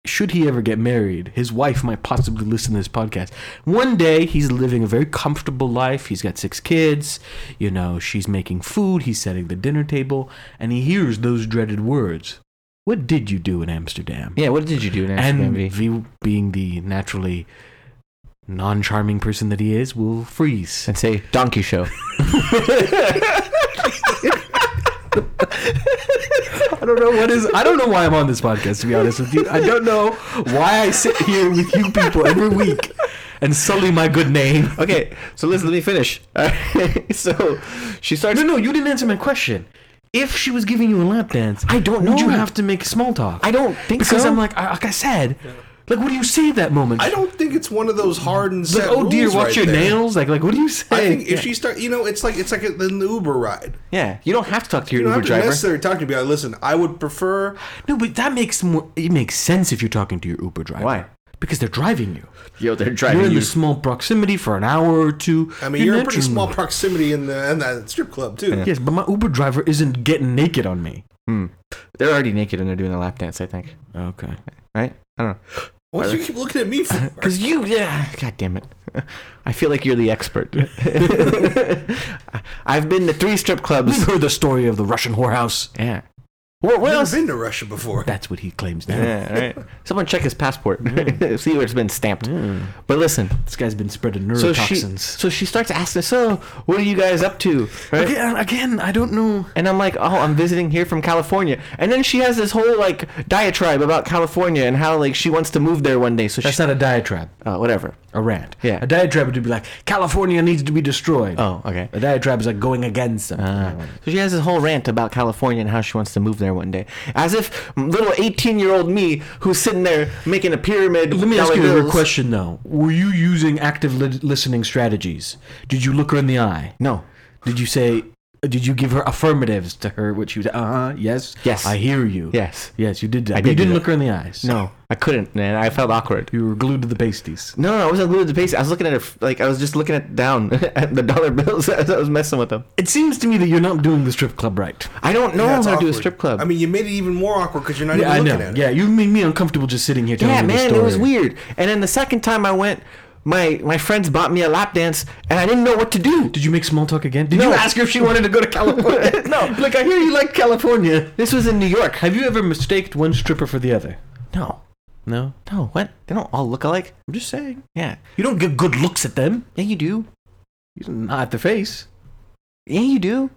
[SPEAKER 2] should he ever get married, his wife might possibly listen to this podcast. One day, he's living a very comfortable life. He's got six kids. You know, she's making food. He's setting the dinner table, and he hears those dreaded words. What did you do in Amsterdam?
[SPEAKER 1] yeah. What did you do in Amsterdam?
[SPEAKER 2] and
[SPEAKER 1] V?
[SPEAKER 2] V, being the naturally non-charming person that he is, will freeze.
[SPEAKER 1] And say donkey show.
[SPEAKER 2] I don't know what is. I don't know why I'm on this podcast. To be honest with you, I don't know why I sit here with you people every week and sully my good name.
[SPEAKER 1] okay, so listen. Let me finish. Alright, so she starts.
[SPEAKER 2] No, no, you didn't answer my question. If she was giving you a lap dance,
[SPEAKER 1] I don't
[SPEAKER 2] Would you
[SPEAKER 1] know.
[SPEAKER 2] have to make small talk?
[SPEAKER 1] I don't think
[SPEAKER 2] because
[SPEAKER 1] so.
[SPEAKER 2] I'm like, I, like I said, like what do you say at that moment?
[SPEAKER 3] I don't think it's one of those hard and
[SPEAKER 2] Like,
[SPEAKER 3] set
[SPEAKER 2] oh dear,
[SPEAKER 3] rules
[SPEAKER 2] watch
[SPEAKER 3] right
[SPEAKER 2] your
[SPEAKER 3] there.
[SPEAKER 2] nails. Like, like what do you say?
[SPEAKER 3] I think if
[SPEAKER 2] Yeah.
[SPEAKER 3] she start, you know, it's like it's like an Uber ride.
[SPEAKER 1] yeah, you don't have to talk to your
[SPEAKER 3] You don't
[SPEAKER 1] Uber
[SPEAKER 3] have to
[SPEAKER 1] driver.
[SPEAKER 3] necessarily talk to me. I listen. I would prefer.
[SPEAKER 2] no, but that makes more. It makes sense if you're talking to your Uber driver.
[SPEAKER 1] Why?
[SPEAKER 2] Because they're driving you.
[SPEAKER 1] Yo, they're
[SPEAKER 2] You're
[SPEAKER 1] driving
[SPEAKER 2] in
[SPEAKER 1] you.
[SPEAKER 2] the small proximity for an hour or two.
[SPEAKER 3] I mean, you're in pretty
[SPEAKER 2] naturally-
[SPEAKER 3] small proximity in the in that strip club too.
[SPEAKER 2] Yes, but my Uber driver isn't getting naked on me.
[SPEAKER 1] They're already naked and they're doing a lap dance. I think.
[SPEAKER 2] Okay.
[SPEAKER 1] Right? I don't know.
[SPEAKER 3] What do you keep looking at me for?
[SPEAKER 1] Cause you, yeah. God damn it. I feel like you're the expert. I've been to three strip
[SPEAKER 2] We've
[SPEAKER 1] clubs.
[SPEAKER 2] heard the story of the Russian whorehouse.
[SPEAKER 1] Yeah. What, what
[SPEAKER 3] I've
[SPEAKER 1] else?
[SPEAKER 3] never been to Russia before.
[SPEAKER 2] That's what he claims now.
[SPEAKER 1] Yeah, right. Someone check his passport. Hmm. See where it's been stamped. But listen,
[SPEAKER 2] This guy's been spreading
[SPEAKER 1] so she,
[SPEAKER 2] neurotoxins.
[SPEAKER 1] so she starts asking, so what are you guys up to? Right?
[SPEAKER 2] again, again, I don't know.
[SPEAKER 1] And I'm like, oh, I'm visiting here from California. And then she has this whole like diatribe about California and how like she wants to move there one day. So
[SPEAKER 2] That's
[SPEAKER 1] she's
[SPEAKER 2] not a diatribe.
[SPEAKER 1] uh, whatever.
[SPEAKER 2] A rant.
[SPEAKER 1] Yeah.
[SPEAKER 2] A diatribe would be like, California needs to be destroyed.
[SPEAKER 1] Oh, okay. Ah.
[SPEAKER 2] A diatribe is like going against something.
[SPEAKER 1] So she has this whole rant about California and how she wants to move there one day, as if little 18-year-old me who's sitting there making a pyramid.
[SPEAKER 2] Let me ask
[SPEAKER 1] dollar
[SPEAKER 2] you a real
[SPEAKER 1] bills-
[SPEAKER 2] question though. Were you using active li- listening strategies? Did you look her in the eye?
[SPEAKER 1] No.
[SPEAKER 2] Did you say? Did you give her affirmatives to her? Which you? Uh huh. Yes.
[SPEAKER 1] Yes.
[SPEAKER 2] I hear you.
[SPEAKER 1] Yes.
[SPEAKER 2] Yes, you did that.
[SPEAKER 1] I
[SPEAKER 2] But you
[SPEAKER 1] did do
[SPEAKER 2] didn't
[SPEAKER 1] that.
[SPEAKER 2] look her in the eyes.
[SPEAKER 1] No, I couldn't, man. I felt awkward.
[SPEAKER 2] You were glued to the pasties.
[SPEAKER 1] No, no, I wasn't glued to the pastry. I was looking at her, like, I was just looking at down at the dollar bills as I was messing with them.
[SPEAKER 2] It seems to me that you're not doing the strip club right.
[SPEAKER 1] I don't know
[SPEAKER 3] Yeah, it's
[SPEAKER 1] how to do a
[SPEAKER 3] awkward.
[SPEAKER 1] strip club.
[SPEAKER 3] I mean, you made it even more awkward because you're not
[SPEAKER 2] Yeah, I
[SPEAKER 3] even
[SPEAKER 2] know.
[SPEAKER 3] looking at it.
[SPEAKER 2] Yeah, you made me uncomfortable just sitting here telling
[SPEAKER 1] yeah,
[SPEAKER 2] you this
[SPEAKER 1] man,
[SPEAKER 2] story.
[SPEAKER 1] it was weird. And then the second time I went, my my friends bought me a lap dance, and I didn't know what to do.
[SPEAKER 2] Did you make small talk again? Did
[SPEAKER 1] No.
[SPEAKER 2] you ask her if she wanted to go to California?
[SPEAKER 1] No.
[SPEAKER 2] Like, I hear you like California.
[SPEAKER 1] This was in New York.
[SPEAKER 2] Have you ever mistaked one stripper for the other?
[SPEAKER 1] No,
[SPEAKER 2] No.
[SPEAKER 1] no, what? They don't all look alike.
[SPEAKER 2] I'm just saying.
[SPEAKER 1] Yeah,
[SPEAKER 2] You don't get good looks at them.
[SPEAKER 1] yeah, you do.
[SPEAKER 2] You don't nod at their face.
[SPEAKER 1] Yeah, you do.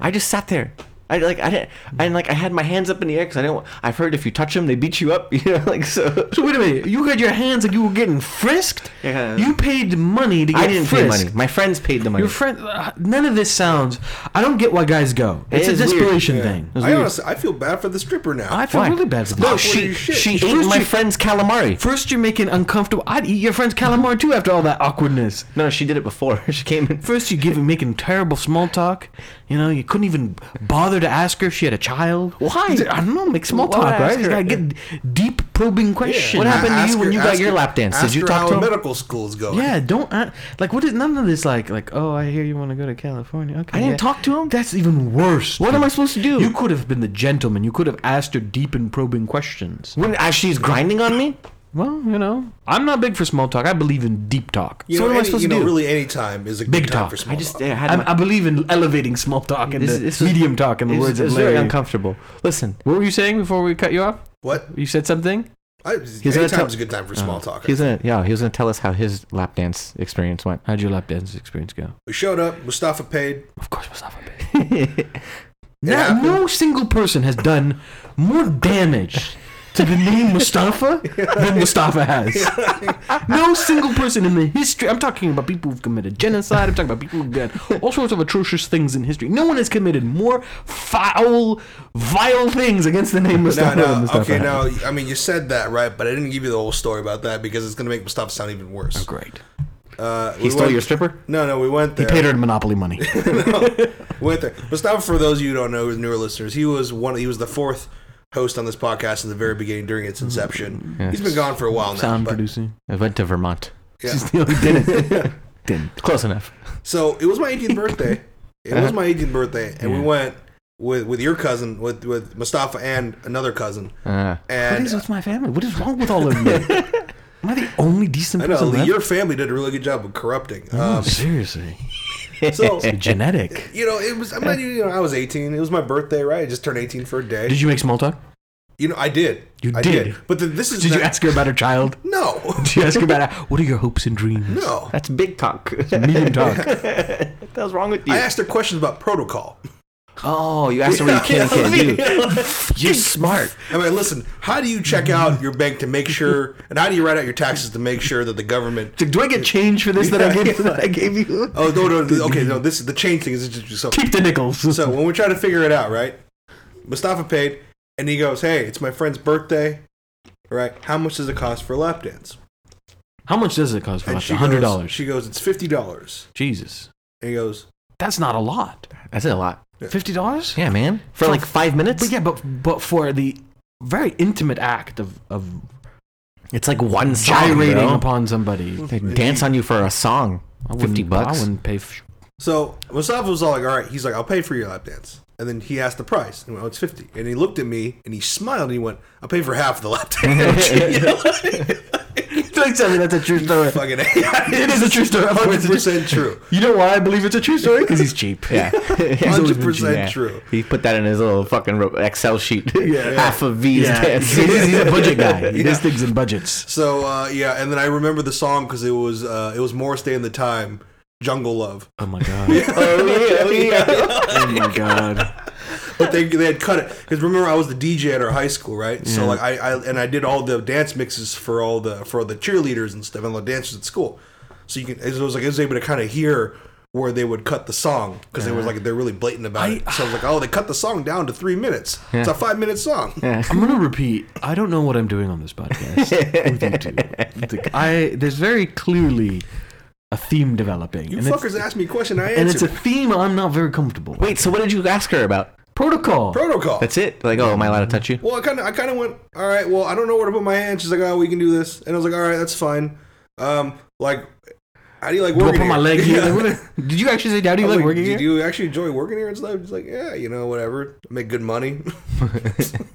[SPEAKER 1] I just sat there. I like I didn't and like I had my hands up in the air because I didn't. I've heard if you touch them, they beat you up. You know, like so.
[SPEAKER 2] So wait a minute. You had your hands like you were getting frisked.
[SPEAKER 1] Yeah.
[SPEAKER 2] You paid money to get
[SPEAKER 1] I didn't pay
[SPEAKER 2] frisked.
[SPEAKER 1] money. My friends paid the money.
[SPEAKER 2] Your friend. uh, None of this sounds. I don't get why guys go. It's
[SPEAKER 1] is
[SPEAKER 2] a
[SPEAKER 1] weird.
[SPEAKER 2] desperation
[SPEAKER 3] Yeah.
[SPEAKER 2] thing.
[SPEAKER 1] was
[SPEAKER 3] I
[SPEAKER 1] weird.
[SPEAKER 3] honestly, I feel bad for the stripper now.
[SPEAKER 2] I feel
[SPEAKER 1] Why?
[SPEAKER 2] really bad for this.
[SPEAKER 1] No,
[SPEAKER 3] Awkward
[SPEAKER 1] Oh, she
[SPEAKER 3] as shit.
[SPEAKER 1] she ate
[SPEAKER 2] First
[SPEAKER 1] my
[SPEAKER 2] you-
[SPEAKER 1] friend's calamari.
[SPEAKER 2] First, you're making uncomfortable. I'd eat your friend's calamari too after all that awkwardness.
[SPEAKER 1] No, she did it before. She came in.
[SPEAKER 2] First, you give making terrible small talk. You know, you couldn't even bother to ask her if she had a child.
[SPEAKER 1] Why?
[SPEAKER 2] I don't know. Make small
[SPEAKER 1] Why
[SPEAKER 2] talk,
[SPEAKER 1] ask
[SPEAKER 2] right? You
[SPEAKER 1] her?
[SPEAKER 2] gotta get deep, probing questions.
[SPEAKER 1] What
[SPEAKER 3] A-
[SPEAKER 1] happened to you
[SPEAKER 3] ask
[SPEAKER 1] when
[SPEAKER 3] her-
[SPEAKER 1] you got
[SPEAKER 3] ask
[SPEAKER 1] your
[SPEAKER 3] her-
[SPEAKER 1] lap dance? Did
[SPEAKER 3] ask
[SPEAKER 1] you
[SPEAKER 3] her
[SPEAKER 1] talk
[SPEAKER 3] how
[SPEAKER 1] to him?
[SPEAKER 3] medical school's going?
[SPEAKER 2] Yeah, don't act, like what is none of this like like oh I hear you want to go to California. Okay,
[SPEAKER 1] I didn't
[SPEAKER 2] yeah.
[SPEAKER 1] talk to him.
[SPEAKER 2] That's even worse.
[SPEAKER 1] What am I supposed to do?
[SPEAKER 2] You could have been the gentleman. You could have asked her deep and probing questions.
[SPEAKER 1] When as she's grinding on me,
[SPEAKER 2] Well, you know, I'm not big for small talk. I believe in deep talk.
[SPEAKER 3] You
[SPEAKER 1] So
[SPEAKER 3] know,
[SPEAKER 1] what am I
[SPEAKER 3] any,
[SPEAKER 1] supposed
[SPEAKER 3] you
[SPEAKER 1] to
[SPEAKER 3] know,
[SPEAKER 1] do?
[SPEAKER 3] Really, any time is a
[SPEAKER 2] Big
[SPEAKER 3] good time
[SPEAKER 2] talk.
[SPEAKER 3] for
[SPEAKER 1] I
[SPEAKER 3] small
[SPEAKER 1] just
[SPEAKER 3] talk.
[SPEAKER 1] I had my,
[SPEAKER 2] I, I believe in elevating small talk and
[SPEAKER 1] This-
[SPEAKER 2] the
[SPEAKER 1] this was-
[SPEAKER 2] medium talk. In the
[SPEAKER 1] it was-
[SPEAKER 2] words
[SPEAKER 1] it
[SPEAKER 2] of
[SPEAKER 1] was very
[SPEAKER 2] Larry.
[SPEAKER 1] uncomfortable. Listen,
[SPEAKER 2] What were you saying before we cut you off?
[SPEAKER 3] what?
[SPEAKER 2] You said something.
[SPEAKER 3] I,
[SPEAKER 1] was gonna
[SPEAKER 3] anytime's
[SPEAKER 1] tell- Oh.
[SPEAKER 3] a good time for small talk.
[SPEAKER 1] He was gonna, yeah, he was gonna tell us how his lap dance experience went.
[SPEAKER 2] How'd your lap dance experience go?
[SPEAKER 3] We showed up. Mustafa paid.
[SPEAKER 2] Of course, Mustafa Bey.
[SPEAKER 3] Yeah.
[SPEAKER 2] Not, no single person has done more damage to the name Mustafa than Mustafa has. No single person in the history. I'm talking about people who've committed genocide. I'm talking about people who've done all sorts of atrocious things in history. No one has committed more foul, vile things against the name
[SPEAKER 3] No,
[SPEAKER 2] Mustafa. than
[SPEAKER 3] no,
[SPEAKER 2] Mustafa
[SPEAKER 3] okay,
[SPEAKER 2] has.
[SPEAKER 3] now I mean you said that right, but I didn't give you the whole story about that because it's gonna make Mustafa sound even worse.
[SPEAKER 2] Great.
[SPEAKER 3] Uh, we
[SPEAKER 1] He stole
[SPEAKER 3] went-
[SPEAKER 1] your stripper?
[SPEAKER 3] No, no, we went there.
[SPEAKER 2] Paid her monopoly money.
[SPEAKER 3] We went there. Mustafa, for those of you who don't know, who's newer listeners, he was one. He was the fourth host on this podcast in the very beginning during its
[SPEAKER 1] Mm,
[SPEAKER 3] inception. He's been gone for a while now.
[SPEAKER 2] Sound
[SPEAKER 3] but-
[SPEAKER 2] producing.
[SPEAKER 1] I went to Vermont.
[SPEAKER 3] yeah.
[SPEAKER 2] She's the only did it. Didn't.
[SPEAKER 1] Close enough.
[SPEAKER 3] So it was my 18th birthday. It
[SPEAKER 1] Uh-huh.
[SPEAKER 3] was my 18th birthday, and we went with with your cousin, with with Mustafa and another cousin,
[SPEAKER 1] Uh,
[SPEAKER 2] What
[SPEAKER 3] and
[SPEAKER 2] is with my family? What is wrong with all of you? Am I the only decent
[SPEAKER 3] I
[SPEAKER 2] person
[SPEAKER 3] know
[SPEAKER 2] left? Oh,
[SPEAKER 3] your family did a really good job of corrupting. Um,
[SPEAKER 2] Seriously.
[SPEAKER 3] so
[SPEAKER 2] Genetic.
[SPEAKER 3] you know, it was. I'm not. You know, I was 18. It was my birthday, right? I just turned 18 for a day.
[SPEAKER 2] Did you make small talk?
[SPEAKER 3] You know, I did.
[SPEAKER 2] You
[SPEAKER 3] I
[SPEAKER 2] did.
[SPEAKER 3] But the, this is.
[SPEAKER 2] Did you
[SPEAKER 3] not-
[SPEAKER 2] ask her about her child?
[SPEAKER 3] No.
[SPEAKER 2] Did you ask her about her, what are your hopes and dreams?
[SPEAKER 3] No.
[SPEAKER 1] That's big talk.
[SPEAKER 2] Medium talk.
[SPEAKER 1] what the hell's wrong with you?
[SPEAKER 3] I asked her questions about protocol.
[SPEAKER 1] oh, you asked her what you can and can't do. You're smart.
[SPEAKER 3] I mean, listen. How do you check
[SPEAKER 2] Mm-hmm.
[SPEAKER 3] out your bank to make sure, and how do you write out your taxes to make sure that the government
[SPEAKER 2] Do I get change for this that I gave that I gave you?
[SPEAKER 3] Oh no no th- okay no this is the chain thing is just so
[SPEAKER 2] Keep the nickels.
[SPEAKER 3] so when we're trying to figure it out right Mustafa paid and he goes hey it's my friend's birthday right how much does it cost for a lap dance
[SPEAKER 2] How much does it cost for
[SPEAKER 3] and
[SPEAKER 2] like
[SPEAKER 3] she
[SPEAKER 2] hundred
[SPEAKER 3] goes-
[SPEAKER 2] dollars?
[SPEAKER 3] she goes it's fifty dollars
[SPEAKER 2] Jesus,
[SPEAKER 3] and he goes
[SPEAKER 2] that's not a lot.
[SPEAKER 1] That's a lot.
[SPEAKER 2] Fifty dollars?
[SPEAKER 1] Yeah, man. For like five minutes?
[SPEAKER 2] But yeah, but but for the very intimate act of of
[SPEAKER 3] Oh,
[SPEAKER 1] It's like one song.
[SPEAKER 2] gyrating
[SPEAKER 1] bro.
[SPEAKER 2] upon somebody,
[SPEAKER 1] They dance on you for a song.
[SPEAKER 2] I wouldn't-
[SPEAKER 1] Fifty
[SPEAKER 2] I
[SPEAKER 1] bucks.
[SPEAKER 2] wouldn't pay. F-
[SPEAKER 3] so Mustafa was all like all right he's like I'll pay for your lap dance and then he asked the price and he went oh it's fifty and he looked at me and he smiled and he went I'll pay for half the lap dance You know,
[SPEAKER 2] Don't tell me that's a true story.
[SPEAKER 3] fucking
[SPEAKER 2] It is a true story. Of course
[SPEAKER 3] hundred
[SPEAKER 2] it's a true-
[SPEAKER 3] percent true
[SPEAKER 2] You know why I believe it's a true story? Because he's cheap. Yeah.
[SPEAKER 3] hundred percent true
[SPEAKER 1] He put that in his little fucking ro- Excel sheet. Half of V's
[SPEAKER 2] Yeah.
[SPEAKER 1] dance.
[SPEAKER 2] he's, he's a budget guy. He
[SPEAKER 3] Yeah.
[SPEAKER 2] does things in budgets.
[SPEAKER 3] So uh, yeah, and then I remember the song because it was uh, it was Morris Day and the Time, Jungle Love.
[SPEAKER 2] Oh my god.
[SPEAKER 1] oh, yeah, yeah.
[SPEAKER 2] Oh my god.
[SPEAKER 3] But they, they had cut it because remember I was the DJ at our high school, right?
[SPEAKER 2] Mm.
[SPEAKER 3] So like I, I and I did all the dance mixes for all the for the cheerleaders and stuff and the dancers at school. So you can it was like I was able to kind of hear where they would cut the song because
[SPEAKER 2] Uh-huh.
[SPEAKER 3] it was like they're really blatant about it. So I was like, oh, they cut the song down to three minutes. It's a five minute song.
[SPEAKER 2] I'm gonna repeat. I don't know what I'm doing on this podcast. with you two. It's like, I there's very clearly a theme developing,
[SPEAKER 3] You
[SPEAKER 2] and, it's,
[SPEAKER 3] fuckers asked me a question, I
[SPEAKER 2] and it's a
[SPEAKER 3] answered.
[SPEAKER 2] theme I'm not very comfortable. with.
[SPEAKER 1] Wait, so what did you ask her about?
[SPEAKER 2] Protocol.
[SPEAKER 3] Protocol.
[SPEAKER 1] That's it? Like, oh, am I allowed to touch you?
[SPEAKER 3] Well, I kind of, I kind of went. All right. Well, I don't know where to put my hand. She's like, "Oh, we can do this," and I was like, "All right, that's fine." Um, like, how do you like
[SPEAKER 2] Do I
[SPEAKER 3] working
[SPEAKER 2] put my
[SPEAKER 3] here?
[SPEAKER 2] leg here?
[SPEAKER 3] Yeah.
[SPEAKER 2] Like, what- Did you actually say, "How do you
[SPEAKER 3] I'm
[SPEAKER 2] like,
[SPEAKER 3] like,
[SPEAKER 2] working
[SPEAKER 3] do,
[SPEAKER 2] here?"
[SPEAKER 3] do you actually enjoy working here and stuff? She's like, "Yeah, you know, whatever. I make good money."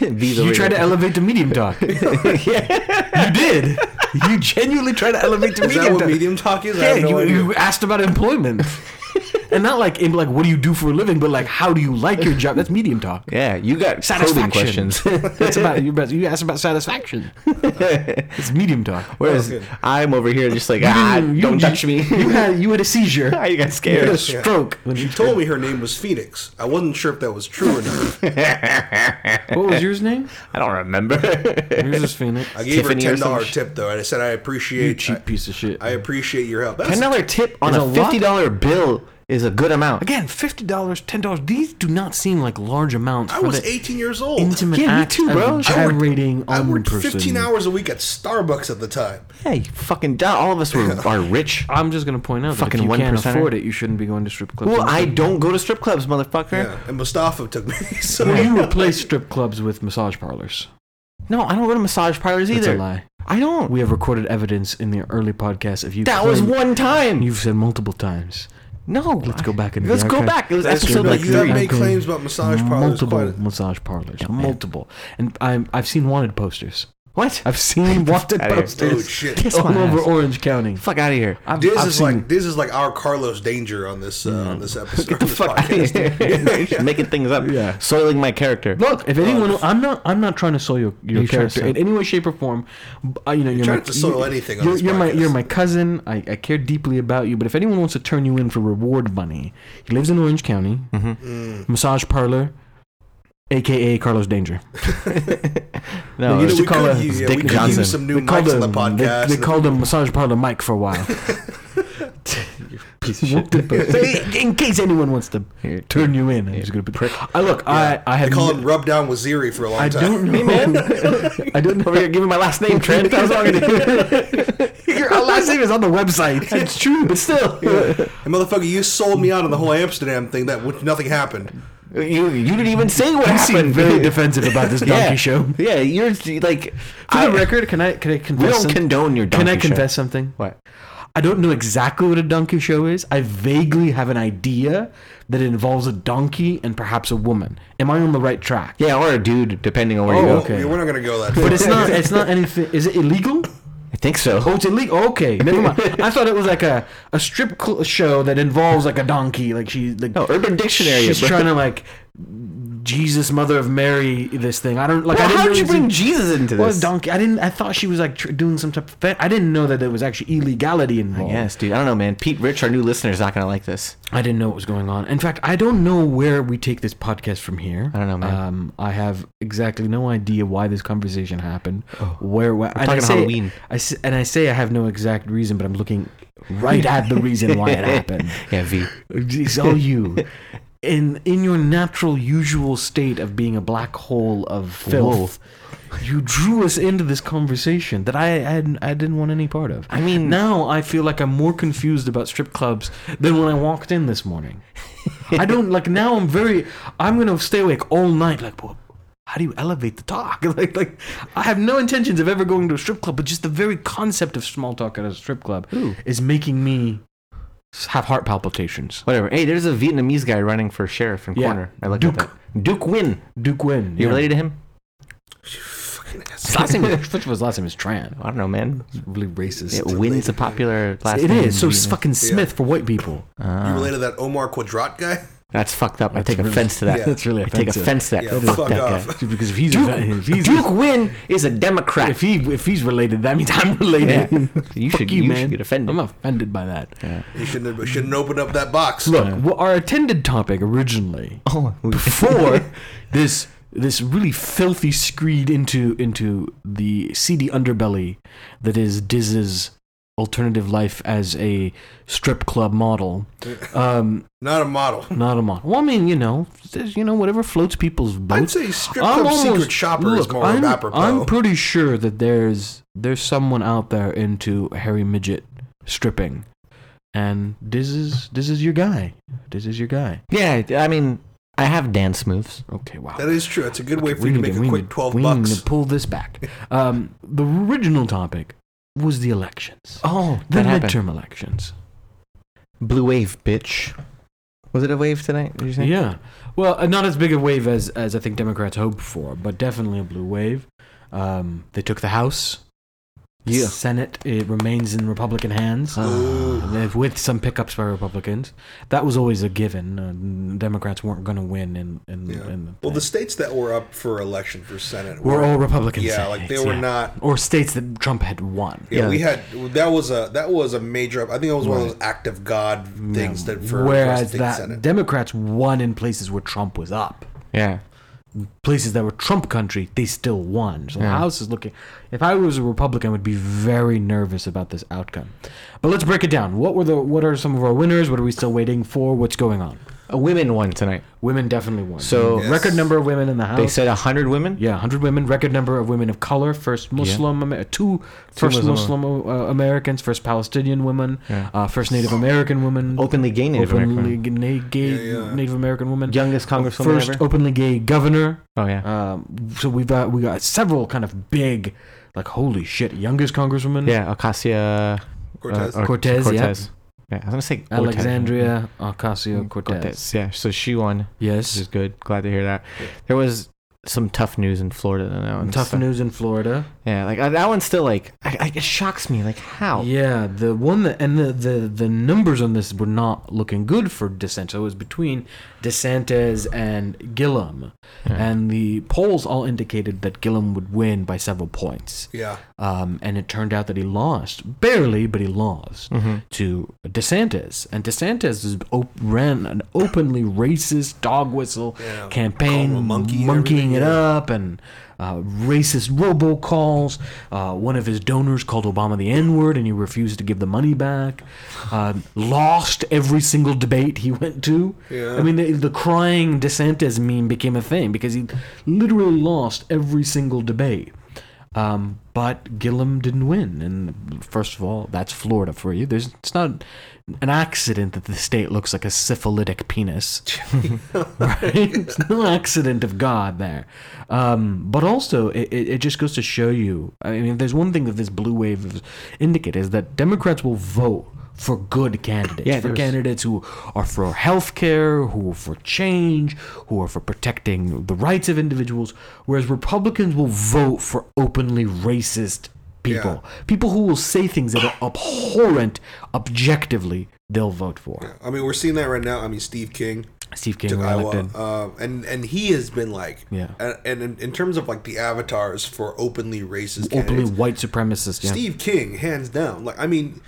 [SPEAKER 1] V's
[SPEAKER 2] You
[SPEAKER 1] over
[SPEAKER 2] tried to
[SPEAKER 1] here.
[SPEAKER 2] elevate to medium talk. you did. You genuinely tried to elevate to
[SPEAKER 3] Is that
[SPEAKER 2] medium
[SPEAKER 3] what
[SPEAKER 2] talk.
[SPEAKER 3] medium talk is? I
[SPEAKER 2] Yeah,
[SPEAKER 3] have no
[SPEAKER 2] you,
[SPEAKER 3] idea.
[SPEAKER 2] you asked about employment. and not like in like what do you do for a living, but like how do you like your job? That's medium talk.
[SPEAKER 1] Yeah, you got probing
[SPEAKER 2] Satisfaction.
[SPEAKER 1] questions.
[SPEAKER 2] That's about you best- you asked about satisfaction. It's medium talk.
[SPEAKER 1] Whereas
[SPEAKER 3] Okay.
[SPEAKER 1] I'm over here just like, ah,
[SPEAKER 2] You-
[SPEAKER 1] don't
[SPEAKER 2] you-
[SPEAKER 1] touch me.
[SPEAKER 2] You had you had a seizure.
[SPEAKER 1] I got
[SPEAKER 2] You had a
[SPEAKER 1] scared.
[SPEAKER 2] stroke. when
[SPEAKER 3] She
[SPEAKER 2] you-
[SPEAKER 3] told me her name was Phoenix. I wasn't sure if that was true or not.
[SPEAKER 1] I
[SPEAKER 2] What was yours name?
[SPEAKER 1] don't remember.
[SPEAKER 2] Yours is Phoenix.
[SPEAKER 3] I gave
[SPEAKER 1] Tiffany
[SPEAKER 3] her
[SPEAKER 1] or
[SPEAKER 3] a ten dollar
[SPEAKER 1] some sh-
[SPEAKER 3] tip though, and I said I
[SPEAKER 2] You
[SPEAKER 3] appreciate I,
[SPEAKER 2] cheap piece of shit.
[SPEAKER 3] I appreciate your help. That's,
[SPEAKER 1] Another tip on
[SPEAKER 2] Is
[SPEAKER 1] a
[SPEAKER 2] a lot-
[SPEAKER 1] fifty dollar bill is a good amount.
[SPEAKER 2] Again, fifty dollars, ten dollars. These do not seem like large amounts.
[SPEAKER 3] I
[SPEAKER 2] for
[SPEAKER 3] was
[SPEAKER 2] the
[SPEAKER 3] eighteen years old.
[SPEAKER 2] Intimate
[SPEAKER 1] Yeah, me
[SPEAKER 2] act
[SPEAKER 1] too, bro.
[SPEAKER 2] Of
[SPEAKER 1] I
[SPEAKER 3] worked-
[SPEAKER 2] gyrating
[SPEAKER 3] I
[SPEAKER 2] on
[SPEAKER 3] worked
[SPEAKER 2] person.
[SPEAKER 3] fifteen hours a week at Starbucks at the time.
[SPEAKER 1] Hey, fucking duh, all of us were are rich.
[SPEAKER 2] I'm just gonna point out that
[SPEAKER 1] Fucking
[SPEAKER 2] if you
[SPEAKER 1] one
[SPEAKER 2] can't
[SPEAKER 1] percenter.
[SPEAKER 2] afford it, you shouldn't be going to strip clubs.
[SPEAKER 1] Well,
[SPEAKER 2] and
[SPEAKER 1] I
[SPEAKER 2] stuff.
[SPEAKER 1] don't go to strip clubs, motherfucker.
[SPEAKER 3] Yeah, and Mustafa took me. So
[SPEAKER 2] Well, you replace strip clubs with massage parlors.
[SPEAKER 1] No, I don't go to massage parlors
[SPEAKER 2] That's
[SPEAKER 1] either.
[SPEAKER 2] a lie.
[SPEAKER 1] I don't.
[SPEAKER 2] We have recorded evidence in the early podcast of you.
[SPEAKER 1] that was
[SPEAKER 2] claim-
[SPEAKER 1] one time.
[SPEAKER 2] You've said multiple times.
[SPEAKER 1] no.
[SPEAKER 2] Let's go back into
[SPEAKER 1] Let's
[SPEAKER 2] the
[SPEAKER 1] go
[SPEAKER 2] archive.
[SPEAKER 1] back. It was
[SPEAKER 3] That's
[SPEAKER 1] episode
[SPEAKER 3] true.
[SPEAKER 1] like
[SPEAKER 3] You have
[SPEAKER 1] three.
[SPEAKER 3] made claims about massage parlors
[SPEAKER 2] Multiple
[SPEAKER 3] quite a-
[SPEAKER 2] massage parlors.
[SPEAKER 1] man.
[SPEAKER 2] multiple. And I'm, I've seen wanted posters.
[SPEAKER 1] What?
[SPEAKER 2] I've seen wanted
[SPEAKER 1] outta here.
[SPEAKER 3] Oh
[SPEAKER 2] posters
[SPEAKER 3] shit!
[SPEAKER 1] Kiss
[SPEAKER 2] all
[SPEAKER 1] my
[SPEAKER 2] over
[SPEAKER 1] ass.
[SPEAKER 2] Orange County.
[SPEAKER 1] Fuck out of here.
[SPEAKER 2] I've,
[SPEAKER 3] This
[SPEAKER 2] I've
[SPEAKER 3] is
[SPEAKER 2] seen- Mm.
[SPEAKER 3] like this is like our Carlos Danger on this uh, on this episode.
[SPEAKER 1] Get the
[SPEAKER 3] on this
[SPEAKER 1] fuck out of
[SPEAKER 3] podcast.
[SPEAKER 2] Oh,
[SPEAKER 1] here. Just Making things up.
[SPEAKER 2] Yeah.
[SPEAKER 1] Soiling my character.
[SPEAKER 2] Look, if anyone, I'm not, I'm not trying to soil your, your
[SPEAKER 1] You're trying to
[SPEAKER 2] character
[SPEAKER 1] soil-
[SPEAKER 2] in any way, shape, or form. B- Uh, you know, you're,
[SPEAKER 3] trying
[SPEAKER 2] my,
[SPEAKER 3] to soil
[SPEAKER 2] you-
[SPEAKER 3] anything on
[SPEAKER 2] You're,
[SPEAKER 3] this
[SPEAKER 2] you're my,
[SPEAKER 3] podcast.
[SPEAKER 2] you're my cousin. I, I care deeply about you. But if anyone wants to turn you in for reward money, he lives in Orange County,
[SPEAKER 1] Mm-hmm.
[SPEAKER 3] Mm.
[SPEAKER 2] massage parlor, aka Carlos Danger.
[SPEAKER 1] No,
[SPEAKER 2] You
[SPEAKER 3] Yeah,
[SPEAKER 2] know,
[SPEAKER 1] it's-
[SPEAKER 3] we
[SPEAKER 2] call
[SPEAKER 3] could
[SPEAKER 2] it
[SPEAKER 3] use, yeah,
[SPEAKER 1] Dick
[SPEAKER 3] we could
[SPEAKER 1] Johnson.
[SPEAKER 3] use some new
[SPEAKER 2] called
[SPEAKER 3] mics on the
[SPEAKER 2] him- they-
[SPEAKER 3] podcast.
[SPEAKER 2] They, called him massage parlor Mike for a while. Piece of shit. in case anyone wants to
[SPEAKER 1] Here,
[SPEAKER 2] turn you in, I'm just gonna put. I look. I I
[SPEAKER 3] they
[SPEAKER 2] have.
[SPEAKER 3] call
[SPEAKER 2] no-
[SPEAKER 3] him Rub Down Waziri for a long
[SPEAKER 2] I
[SPEAKER 3] time.
[SPEAKER 2] don't know.
[SPEAKER 1] Hey, man.
[SPEAKER 2] I don't know.
[SPEAKER 1] Over here, give me my last name, Trent. I was talking to you.
[SPEAKER 2] Your last name is on the website. It's true, but still.
[SPEAKER 3] And motherfucker, you sold me out on the whole Amsterdam thing. That which nothing happened.
[SPEAKER 1] You, you didn't even say what
[SPEAKER 2] You seem
[SPEAKER 1] happened.
[SPEAKER 2] very defensive about this donkey
[SPEAKER 1] yeah.
[SPEAKER 2] show. For
[SPEAKER 1] Yeah, you're like. I-
[SPEAKER 2] record, can I can I confess?
[SPEAKER 1] we don't
[SPEAKER 2] some-
[SPEAKER 1] condone your
[SPEAKER 2] Can
[SPEAKER 1] donkey
[SPEAKER 2] I
[SPEAKER 1] show.
[SPEAKER 2] confess something?
[SPEAKER 1] What?
[SPEAKER 2] I don't know exactly what a donkey show is. I vaguely have an idea that it involves a donkey and perhaps a woman. Am I on the right track?
[SPEAKER 1] Yeah, or a dude, depending on where you
[SPEAKER 2] Oh,
[SPEAKER 1] go.
[SPEAKER 2] okay.
[SPEAKER 3] we're not gonna go that.
[SPEAKER 2] But
[SPEAKER 3] far.
[SPEAKER 2] it's not. It's not anything. Is it illegal?
[SPEAKER 1] I think so.
[SPEAKER 2] Oh, it's illegal. Okay, never mind. I thought it was like a, a strip cl- show that involves like a donkey. Like she like
[SPEAKER 1] No, Urban Dictionary.
[SPEAKER 2] She's
[SPEAKER 1] Oh, bro.
[SPEAKER 2] trying to like Jesus, Mother of Mary, this thing. I don't like. I
[SPEAKER 1] Well,
[SPEAKER 2] didn't
[SPEAKER 1] how
[SPEAKER 2] really
[SPEAKER 1] did you
[SPEAKER 2] see-
[SPEAKER 1] bring Jesus into
[SPEAKER 2] Well,
[SPEAKER 1] this?
[SPEAKER 2] donkey. I didn't. I thought she was like tr- doing some type of. Fe- I didn't know that there was actually illegality involved.
[SPEAKER 1] Yes, dude. I don't know, man. Pete Rich, our new listener, is not gonna like this.
[SPEAKER 2] I didn't know what was going on. In fact, I don't know where we take this podcast from here.
[SPEAKER 1] I don't know, man.
[SPEAKER 2] Um, I have exactly no idea why this conversation happened. Where we're
[SPEAKER 1] Oh. talking Halloween.
[SPEAKER 2] I s- and I say I have no exact reason, but I'm looking right at the reason why it happened.
[SPEAKER 1] Yeah, V.
[SPEAKER 2] It's all you. In in your natural, usual state of being a black hole of filth, you drew us into this conversation that I, I hadn't- I didn't want any part of.
[SPEAKER 1] I mean-
[SPEAKER 2] now I feel like I'm more confused about strip clubs than when I walked in this morning. I don't like now. I'm very. I'm gonna stay awake all night. Like, well, how do you elevate the talk? Like, like I have no intentions of ever going to a strip club, but just the very concept of small talk at a strip club is making me have heart palpitations.
[SPEAKER 1] Whatever. Hey, there's a Vietnamese guy running for sheriff in
[SPEAKER 2] Yeah.
[SPEAKER 1] corner. I looked
[SPEAKER 2] Duke.
[SPEAKER 1] at that. Duke Win.
[SPEAKER 2] Duke Win.
[SPEAKER 1] You
[SPEAKER 2] yeah.
[SPEAKER 1] related to him?
[SPEAKER 2] His last name, is- which was last name is Tran.
[SPEAKER 1] I don't know, man.
[SPEAKER 2] Really racist.
[SPEAKER 1] It Win's a popular last
[SPEAKER 2] it
[SPEAKER 1] name.
[SPEAKER 2] is. So
[SPEAKER 1] in
[SPEAKER 2] it's
[SPEAKER 1] Vietnam.
[SPEAKER 2] fucking Smith for white people.
[SPEAKER 3] you related to that Omar Quadrat guy?
[SPEAKER 1] That's fucked up. I take
[SPEAKER 2] really-
[SPEAKER 1] offense to that.
[SPEAKER 3] Yeah.
[SPEAKER 2] That's really
[SPEAKER 1] I take
[SPEAKER 2] offensive.
[SPEAKER 1] offense to that.
[SPEAKER 3] Yeah,
[SPEAKER 1] fuck,
[SPEAKER 3] fuck
[SPEAKER 1] that
[SPEAKER 3] off.
[SPEAKER 1] guy.
[SPEAKER 2] Because if he's
[SPEAKER 1] Duke, Duke Win is a Democrat.
[SPEAKER 2] if he if he's related, that means I'm related.
[SPEAKER 1] You
[SPEAKER 2] Fuck
[SPEAKER 1] should- you
[SPEAKER 2] you,
[SPEAKER 1] should
[SPEAKER 2] man.
[SPEAKER 1] get offended.
[SPEAKER 2] I'm offended by that. Uh,
[SPEAKER 3] You shouldn't have, shouldn't open up that box.
[SPEAKER 2] Look, well, our attended topic originally before this this really filthy screed into into the seedy underbelly that is Diz's alternative life as a strip club model. Um,
[SPEAKER 3] not a model.
[SPEAKER 2] not a model. Well, I mean, you know, there's, you know, whatever floats people's boats.
[SPEAKER 3] I'd say strip club secret shopper is
[SPEAKER 2] look,
[SPEAKER 3] more
[SPEAKER 2] I'm,
[SPEAKER 3] apropos.
[SPEAKER 2] I'm pretty sure that there's there's someone out there into hairy midget stripping, and this is this is your guy. This is your guy.
[SPEAKER 1] Yeah, I mean, I have dance moves.
[SPEAKER 2] Okay, wow.
[SPEAKER 3] that is true. That's a good way
[SPEAKER 2] Okay,
[SPEAKER 3] for you to make a
[SPEAKER 2] we
[SPEAKER 3] quick
[SPEAKER 2] need-
[SPEAKER 3] twelve
[SPEAKER 2] we need
[SPEAKER 3] bucks.
[SPEAKER 2] to pull this back. Um, the original topic was the elections,
[SPEAKER 1] Oh,
[SPEAKER 2] the
[SPEAKER 1] that happened.
[SPEAKER 2] midterm elections.
[SPEAKER 1] Blue wave, bitch. Was it a wave tonight? Did you say?
[SPEAKER 2] Yeah. Well, uh, not as big a wave as, as I think Democrats hoped for, but definitely a blue wave. Um, they took the House. The
[SPEAKER 1] Yeah.
[SPEAKER 2] Senate it remains in Republican hands,
[SPEAKER 3] Ooh.
[SPEAKER 2] uh, with some pickups by Republicans. That was always a given. Uh, Democrats weren't going to win in in,
[SPEAKER 3] Yeah.
[SPEAKER 2] in the
[SPEAKER 3] Well,
[SPEAKER 2] thing.
[SPEAKER 3] the states that were up for election for Senate
[SPEAKER 2] were all Republican
[SPEAKER 3] yeah,
[SPEAKER 2] states.
[SPEAKER 3] like they were
[SPEAKER 2] yeah.
[SPEAKER 3] not.
[SPEAKER 2] or states that Trump had won.
[SPEAKER 3] Yeah,
[SPEAKER 1] Yeah.
[SPEAKER 3] we had that was a that was a major. I think that was one of those act of God things that for for
[SPEAKER 2] Whereas
[SPEAKER 3] state
[SPEAKER 2] that
[SPEAKER 3] Senate.
[SPEAKER 2] Democrats won in places where Trump was up.
[SPEAKER 1] Yeah.
[SPEAKER 2] places that were Trump country, they still won. So the
[SPEAKER 1] Yeah.
[SPEAKER 2] House is looking. If I was a Republican, I would be very nervous about this outcome. But let's break it down. What were the? What are some of our winners? What are we still waiting for? What's going on?
[SPEAKER 1] A women won tonight.
[SPEAKER 2] Women definitely won.
[SPEAKER 1] So-
[SPEAKER 3] Yes.
[SPEAKER 2] record number of women in the House.
[SPEAKER 1] They said 100 women?
[SPEAKER 2] yeah, 100 women, record number of women of color, first Muslim, Amer- two first
[SPEAKER 1] Muslim-
[SPEAKER 2] Muslim, uh, Americans, first Palestinian women,
[SPEAKER 1] Yeah.
[SPEAKER 2] uh, first Native American women,
[SPEAKER 1] Openly gay Native
[SPEAKER 2] openly
[SPEAKER 1] American.
[SPEAKER 2] gay, gay
[SPEAKER 3] Yeah, yeah.
[SPEAKER 2] Native American woman,
[SPEAKER 1] Youngest congresswoman
[SPEAKER 2] first
[SPEAKER 1] ever.
[SPEAKER 2] openly gay governor,
[SPEAKER 1] Oh, yeah.
[SPEAKER 2] um, so we've got we got several kind of big, like holy shit, youngest congresswoman.
[SPEAKER 1] yeah, Acacia
[SPEAKER 3] Cortez.
[SPEAKER 1] uh, or-
[SPEAKER 2] Cortez, yeah.
[SPEAKER 1] Yeah, I was going to say Cortez.
[SPEAKER 2] Alexandria Ocasio Cortez.
[SPEAKER 1] Cortez. Yeah, so she won, which
[SPEAKER 2] Yes.
[SPEAKER 1] is good. Glad to hear that. There was some tough news in Florida. than that one.
[SPEAKER 2] Tough
[SPEAKER 1] So-
[SPEAKER 2] news in Florida.
[SPEAKER 1] Yeah, like I, that one's still like I, I, it shocks me. Like how?
[SPEAKER 2] Yeah, the one that and the, the the numbers on this were not looking good for DeSantis. It was between DeSantis and Gillum, and the polls all indicated that Gillum would win by several points.
[SPEAKER 3] Yeah.
[SPEAKER 2] Um, and it turned out that he lost barely, but he lost
[SPEAKER 3] Mm-hmm.
[SPEAKER 2] to DeSantis, and DeSantis is op- ran an openly racist dog whistle
[SPEAKER 3] Yeah,
[SPEAKER 2] campaign,
[SPEAKER 3] call him a monkey and
[SPEAKER 2] monkeying it
[SPEAKER 3] everything, yeah.
[SPEAKER 2] up, and uh, racist robocalls. Uh, one of his donors called Obama the N word, and he refused to give the money back. Um lost every single debate he went to.
[SPEAKER 3] Yeah.
[SPEAKER 2] I mean, the, the crying DeSantis meme became a thing because he literally lost every single debate. Um, but Gillum didn't win, and first of all, that's Florida for you. There's it's not an accident that the state looks like a syphilitic penis, right? It's no accident of God there. Um, but also, it, it it just goes to show you. I mean, if there's one thing that this blue wave is indicate is that Democrats will vote for good candidates,
[SPEAKER 1] Yeah,
[SPEAKER 2] for
[SPEAKER 1] there's-
[SPEAKER 2] candidates who are for healthcare, who are for change, who are for protecting the rights of individuals, whereas Republicans will vote for openly racist people. People who will say things that are abhorrent objectively, they'll vote for.
[SPEAKER 3] I mean, we're seeing that right now. I mean, Steve King
[SPEAKER 2] Steve King
[SPEAKER 3] took
[SPEAKER 2] were
[SPEAKER 3] Iowa,
[SPEAKER 2] elected.
[SPEAKER 3] uh, and and he has been like,
[SPEAKER 2] Yeah.
[SPEAKER 3] and- And in, in terms of like the avatars for openly racist,
[SPEAKER 2] Openly
[SPEAKER 3] candidates,
[SPEAKER 2] white supremacist. Yeah.
[SPEAKER 3] Steve King, hands down. Like, I mean,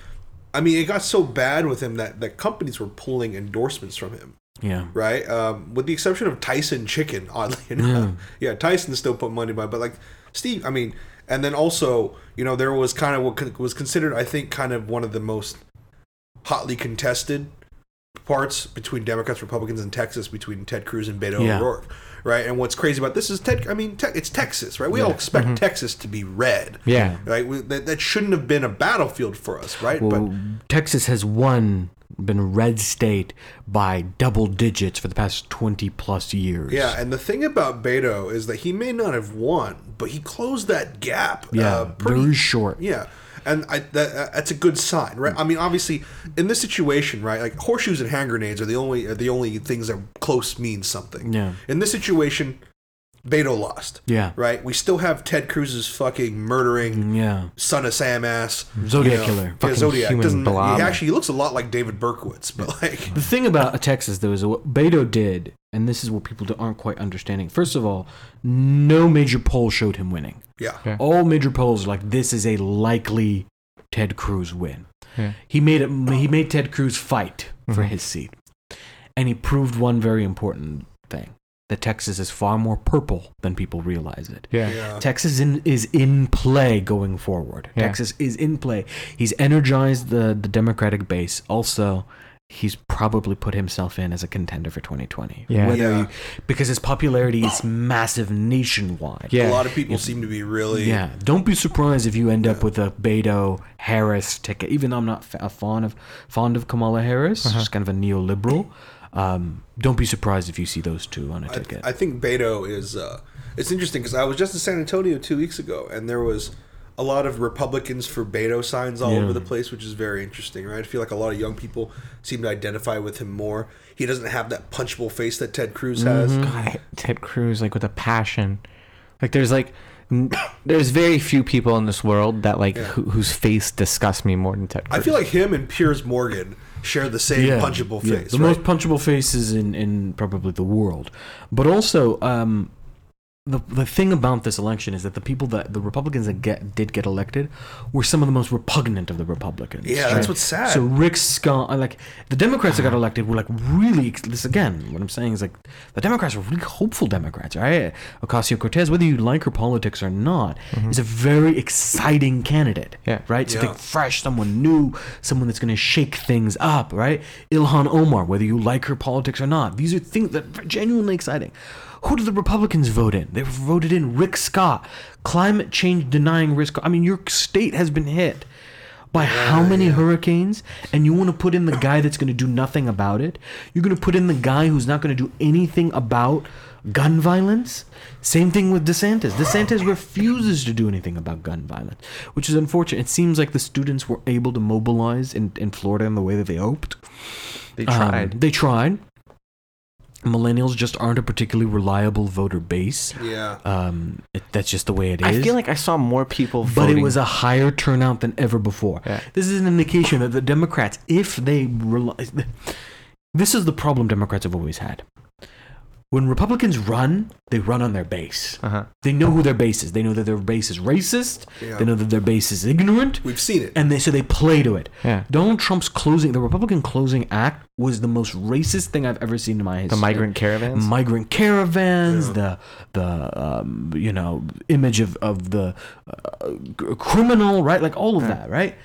[SPEAKER 3] I mean, it got so bad with him that that companies were pulling endorsements from him.
[SPEAKER 2] yeah.
[SPEAKER 3] right? Um, with the exception of Tyson Chicken, oddly enough. Yeah, Tyson still put money by, but like Steve, I mean, and then also, you know, there was kind of what con- was considered, I think, kind of one of the most hotly contested parts between Democrats, Republicans, and Texas between Ted Cruz and Beto
[SPEAKER 2] Yeah.
[SPEAKER 3] O'Rourke, right? And what's crazy about this is Ted. I mean, te- it's Texas, right? We all expect
[SPEAKER 2] Mm-hmm.
[SPEAKER 3] Texas to be red.
[SPEAKER 1] Yeah.
[SPEAKER 3] Right, we, that, that shouldn't have been a battlefield for us, right?
[SPEAKER 2] Well, Texas has won, been red state by double digits for the past 20 plus years.
[SPEAKER 3] Yeah, and uh, the thing about Beto is that he may not have won, but he closed that gap.
[SPEAKER 2] Yeah.
[SPEAKER 3] uh, pretty,
[SPEAKER 2] very short.
[SPEAKER 3] yeah, and I, that, that's a good sign, right? I mean, obviously, in this situation, right, like horseshoes and hand grenades are the only are the only things that close means something.
[SPEAKER 2] Yeah.
[SPEAKER 3] In this situation, Beto lost.
[SPEAKER 2] Yeah.
[SPEAKER 3] Right. We still have Ted Cruz's fucking murdering
[SPEAKER 2] Yeah.
[SPEAKER 3] son of Sam ass
[SPEAKER 2] Zodiac killer.
[SPEAKER 3] Yeah,
[SPEAKER 1] Fucking
[SPEAKER 3] Zodiac
[SPEAKER 1] human
[SPEAKER 3] doesn't.
[SPEAKER 1] blob.
[SPEAKER 3] He actually looks a lot like David Berkowitz, but like.
[SPEAKER 2] The thing about Texas, though, is what Beto did, and this is what people do- aren't quite understanding. First of all, no major poll showed him winning.
[SPEAKER 3] Yeah.
[SPEAKER 1] Yeah.
[SPEAKER 2] All major polls are like this is a likely Ted Cruz win.
[SPEAKER 1] Yeah.
[SPEAKER 2] He made it. He made Ted Cruz fight
[SPEAKER 1] Mm-hmm.
[SPEAKER 2] for his seat, and he proved one very important thing: that Texas is far more purple than people realize it.
[SPEAKER 1] Yeah.
[SPEAKER 3] Yeah.
[SPEAKER 2] Texas in, is in play going forward.
[SPEAKER 1] Yeah.
[SPEAKER 2] Texas is in play. He's energized the, the Democratic base. Also, he's probably put himself in as a contender for 2020.
[SPEAKER 1] Yeah.
[SPEAKER 2] Whether
[SPEAKER 3] Yeah.
[SPEAKER 2] You, because his popularity is massive nationwide.
[SPEAKER 1] Yeah.
[SPEAKER 3] A lot of people seem to be really.
[SPEAKER 2] Yeah, don't be surprised if you end up with a Beto Harris ticket. Even though I'm not fa- a fond of fond of Kamala Harris,
[SPEAKER 3] Uh-huh.
[SPEAKER 2] she's kind of a neoliberal. Um, don't be surprised if you see those two on a ticket.
[SPEAKER 3] I think Beto is. Uh, it's interesting because I was just in San Antonio two weeks ago, and there was a lot of Republicans for Beto signs all over the place, which is very interesting, right? I feel like a lot of young people seem to identify with him more. He doesn't have that punchable face that Ted Cruz
[SPEAKER 2] Mm-hmm.
[SPEAKER 3] has.
[SPEAKER 1] God, I hate Ted Cruz like with a passion. Like there's like n- there's very few people in this world that like who, whose face disgusts me more than Ted Cruz.
[SPEAKER 3] I feel like him and Piers Morgan share the same punchable
[SPEAKER 2] yeah,
[SPEAKER 3] face.
[SPEAKER 2] The
[SPEAKER 3] right?
[SPEAKER 2] most punchable faces in, in probably the world. But also, um, the the thing about this election is that the people that the Republicans that get did get elected were some of the most repugnant of the Republicans.
[SPEAKER 3] yeah, that's what's sad. Uh-huh.
[SPEAKER 2] So Rick Scott, I like the Democrats that got elected were like really. This again, what I'm saying is like the Democrats are really hopeful Democrats, right? Ocasio Cortez, whether you like her politics or not, is a very exciting candidate,
[SPEAKER 1] Yeah.
[SPEAKER 2] right? Something
[SPEAKER 3] Yeah.
[SPEAKER 2] fresh, someone new, someone that's going to shake things up, right? Ilhan Omar, whether you like her politics or not, these are things that are genuinely exciting. Who did the Republicans vote in? They voted in Rick Scott, climate change denying risk. I mean, your state has been hit by how many hurricanes and you want to put in the guy that's going to do nothing about it you're going to put in the guy who's not going to do anything about gun violence same thing with desantis desantis refuses to do anything about gun violence which is unfortunate it seems like the students were able to mobilize in, in florida in the way that they hoped
[SPEAKER 1] they
[SPEAKER 2] Um,
[SPEAKER 1] tried.
[SPEAKER 2] they tried millennials just aren't a particularly reliable voter base.
[SPEAKER 3] Yeah.
[SPEAKER 2] Um, it, that's just the way it is.
[SPEAKER 1] I feel like I saw more people
[SPEAKER 2] but
[SPEAKER 1] voting.
[SPEAKER 2] it was a higher turnout than ever before.
[SPEAKER 1] Yeah.
[SPEAKER 2] This is an indication that the Democrats, if they rely, this is the problem Democrats have always had. When Republicans run, they run on their base.
[SPEAKER 1] Uh-huh.
[SPEAKER 2] They know who their base is. They know that their base is racist.
[SPEAKER 3] Yeah.
[SPEAKER 2] They know that their base is ignorant,
[SPEAKER 3] We've seen it.
[SPEAKER 2] and they so they play to it.
[SPEAKER 1] Yeah.
[SPEAKER 2] Donald Trump's closing, the Republican closing act, was the most racist thing I've ever seen in my
[SPEAKER 1] the
[SPEAKER 2] history
[SPEAKER 1] migrant caravans.
[SPEAKER 2] migrant caravans, the the um, you know image of of the uh, c- criminal, right? Like all of that, right?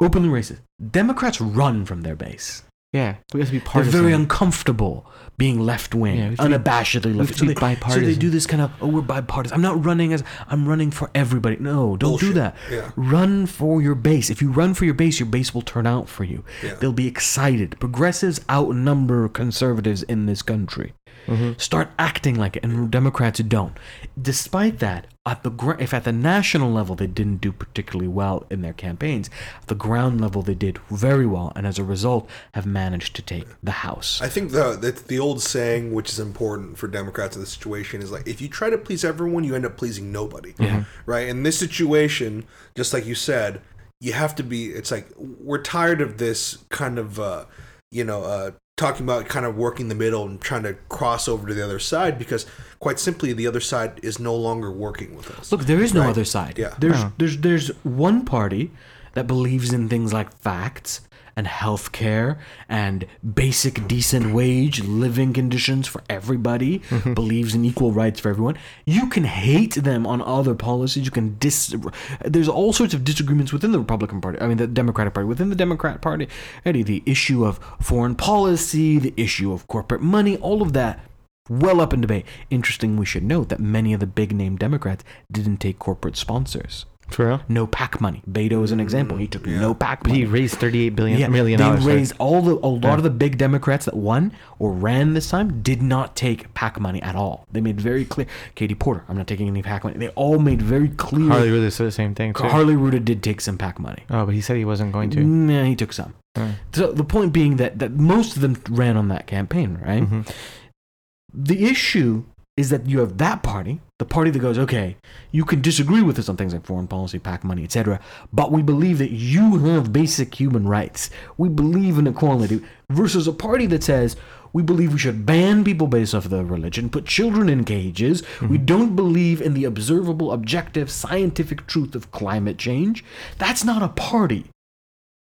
[SPEAKER 2] Openly racist. Democrats run from their base.
[SPEAKER 1] yeah, we have to be
[SPEAKER 2] They're
[SPEAKER 1] partisan.
[SPEAKER 2] very uncomfortable being left wing,
[SPEAKER 1] Yeah, we have to be-
[SPEAKER 2] unabashedly
[SPEAKER 1] have
[SPEAKER 2] left.
[SPEAKER 1] to
[SPEAKER 2] So
[SPEAKER 1] be
[SPEAKER 2] they, so they
[SPEAKER 1] bipartisan.
[SPEAKER 2] do this kind of oh, we're bipartisan. I'm not running as I'm running for everybody. No, don't do
[SPEAKER 3] Bullshit.
[SPEAKER 2] that.
[SPEAKER 3] Yeah.
[SPEAKER 2] Run for your base. If you run for your base, your base will turn out for you.
[SPEAKER 3] Yeah.
[SPEAKER 2] They'll be excited. Progressives outnumber conservatives in this country. Start acting like it, and Democrats don't. Despite that, at the gr- if at the national level they didn't do particularly well in their campaigns, at the ground level they did very well, and as a result have managed to take the House.
[SPEAKER 3] I think the, the the old saying, which is important for Democrats in this situation, is like if you try to please everyone, you end up pleasing nobody.
[SPEAKER 2] Mm-hmm.
[SPEAKER 3] Right. In this situation, just like you said, you have to be. It's like we're tired of this kind of, uh, you know, uh, talking about kind of working the middle and trying to cross over to the other side because, quite simply, the other side is no longer working with us.
[SPEAKER 2] Look, there is no other side.
[SPEAKER 3] Yeah.
[SPEAKER 2] There's there's there's one party that believes in things like facts and healthcare and basic decent wage, living conditions for everybody, believes in equal rights for everyone. You can hate them on other policies. You can dis there's all sorts of disagreements within the Republican Party. I mean the Democratic Party, within the Democrat Party, Eddie, the issue of foreign policy, the issue of corporate money, all of that well up in debate. Interesting, we should note that many of the big name Democrats didn't take corporate sponsors.
[SPEAKER 1] For real?
[SPEAKER 2] No PAC money. Beto is an example. He took no PAC
[SPEAKER 1] He
[SPEAKER 2] money.
[SPEAKER 1] raised thirty-eight billion
[SPEAKER 2] Yeah,
[SPEAKER 1] million
[SPEAKER 2] they
[SPEAKER 1] dollars.
[SPEAKER 2] raised all the a lot of the big Democrats that won or ran this time did not take PAC money at all. They made very clear. Katie Porter, I'm not taking any PAC money. They all made very clear.
[SPEAKER 1] Harley
[SPEAKER 2] Harley,
[SPEAKER 1] really said the same thing too.
[SPEAKER 2] Ruta did take some PAC money.
[SPEAKER 1] oh, but he said he wasn't going to. Hmm.
[SPEAKER 2] Nah, he took some. So the point being that, that most of them ran on that campaign, right?
[SPEAKER 1] Mm-hmm.
[SPEAKER 2] The issue is that you have that party, the party that goes, okay, you can disagree with us on things like foreign policy, PAC money, etc., but we believe that you have basic human rights. We believe in equality versus a party that says, we believe we should ban people based off of their religion, put children in cages.
[SPEAKER 1] Mm-hmm.
[SPEAKER 2] We don't believe in the observable, objective, scientific truth of climate change. That's not a party.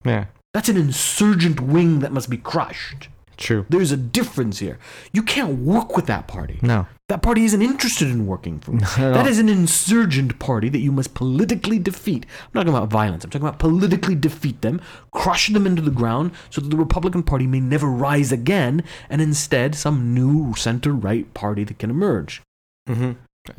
[SPEAKER 1] Yeah,
[SPEAKER 2] That's an insurgent wing that must be crushed.
[SPEAKER 1] true.
[SPEAKER 2] There's a difference here. You can't work with that party.
[SPEAKER 1] No.
[SPEAKER 2] That party isn't interested in working for you.
[SPEAKER 1] at
[SPEAKER 2] That
[SPEAKER 1] all.
[SPEAKER 2] is an insurgent party that you must politically defeat. I'm not talking about violence. I'm talking about politically defeat them, crush them into the ground so that the Republican Party may never rise again, and instead some new center right party that can emerge.
[SPEAKER 1] Mm-hmm.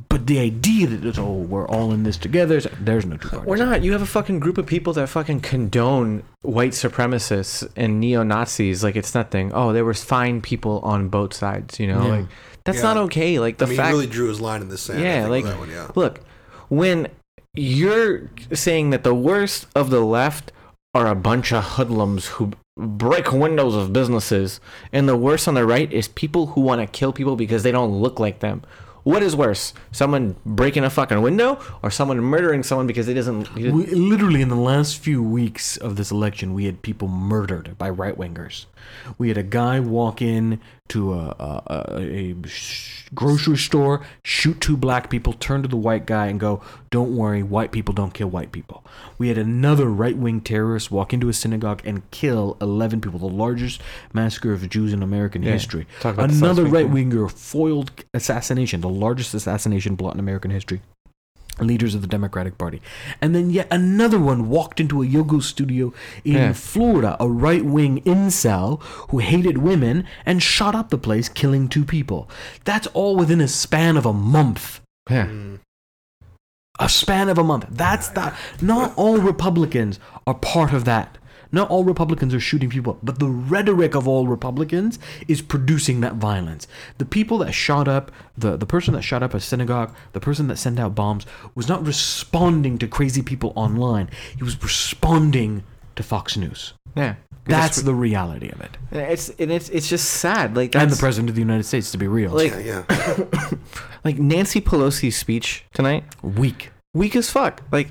[SPEAKER 2] But the idea that it's, oh, we're all in this together, so there's no two parties.
[SPEAKER 1] We're not. You have a fucking group of people that fucking condone white supremacists and neo Nazis like it's nothing. Oh, there was fine people on both sides. You know,
[SPEAKER 2] Yeah.
[SPEAKER 1] like that's
[SPEAKER 3] Yeah.
[SPEAKER 1] not okay. Like the
[SPEAKER 3] I mean,
[SPEAKER 1] fact
[SPEAKER 3] he really drew his line in the sand. I
[SPEAKER 1] yeah,
[SPEAKER 3] think,
[SPEAKER 1] like
[SPEAKER 3] with that one, yeah.
[SPEAKER 1] look, when you're saying that the worst of the left are a bunch of hoodlums who break windows of businesses, and the worst on the right is people who want to kill people because they don't look like them. What is worse, someone breaking a fucking window or someone murdering someone because he doesn't? He
[SPEAKER 2] We, literally, in the last few weeks of this election, we had people murdered by right wingers. We had a guy walk in to a, a, a, a sh- grocery store, shoot two black people, turn to the white guy, and go, Don't worry, white people don't kill white people. We had another right wing terrorist walk into a synagogue and kill 11 people, the largest massacre of Jews in American history.
[SPEAKER 1] Talk about this last
[SPEAKER 2] Another
[SPEAKER 1] week,
[SPEAKER 2] right winger foiled assassination, the largest assassination plot in American history leaders of the Democratic Party. And then yet another one walked into a yoga studio in
[SPEAKER 1] Yeah.
[SPEAKER 2] Florida, a right wing incel who hated women and shot up the place, killing two people. That's all within a span of a month.
[SPEAKER 1] yeah.
[SPEAKER 2] A span of a month. That's that. Not all Republicans are part of that. Not all Republicans are shooting people, but the rhetoric of all Republicans is producing that violence. The people that shot up, the, the person that shot up a synagogue, the person that sent out bombs, was not responding to crazy people online. He was responding to Fox News.
[SPEAKER 1] Yeah.
[SPEAKER 2] That's the reality of it.
[SPEAKER 1] It's and it's it's just sad. Like
[SPEAKER 2] And the
[SPEAKER 1] that's-
[SPEAKER 2] president of the United States, to be real,
[SPEAKER 1] like
[SPEAKER 3] Yeah, yeah.
[SPEAKER 1] like Nancy Pelosi's speech tonight,
[SPEAKER 2] weak.
[SPEAKER 1] weak as fuck. Like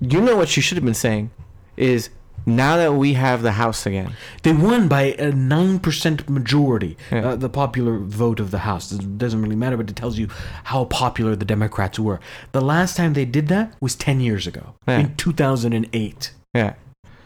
[SPEAKER 1] you know what she should have been saying is now that we have the house again.
[SPEAKER 2] They won by a nine percent majority,
[SPEAKER 1] Yeah.
[SPEAKER 2] uh, the popular vote of the House. It doesn't really matter, but it tells you how popular the Democrats were. The last time they did that was ten years ago,
[SPEAKER 1] Yeah.
[SPEAKER 2] in two thousand and eight.
[SPEAKER 1] Yeah.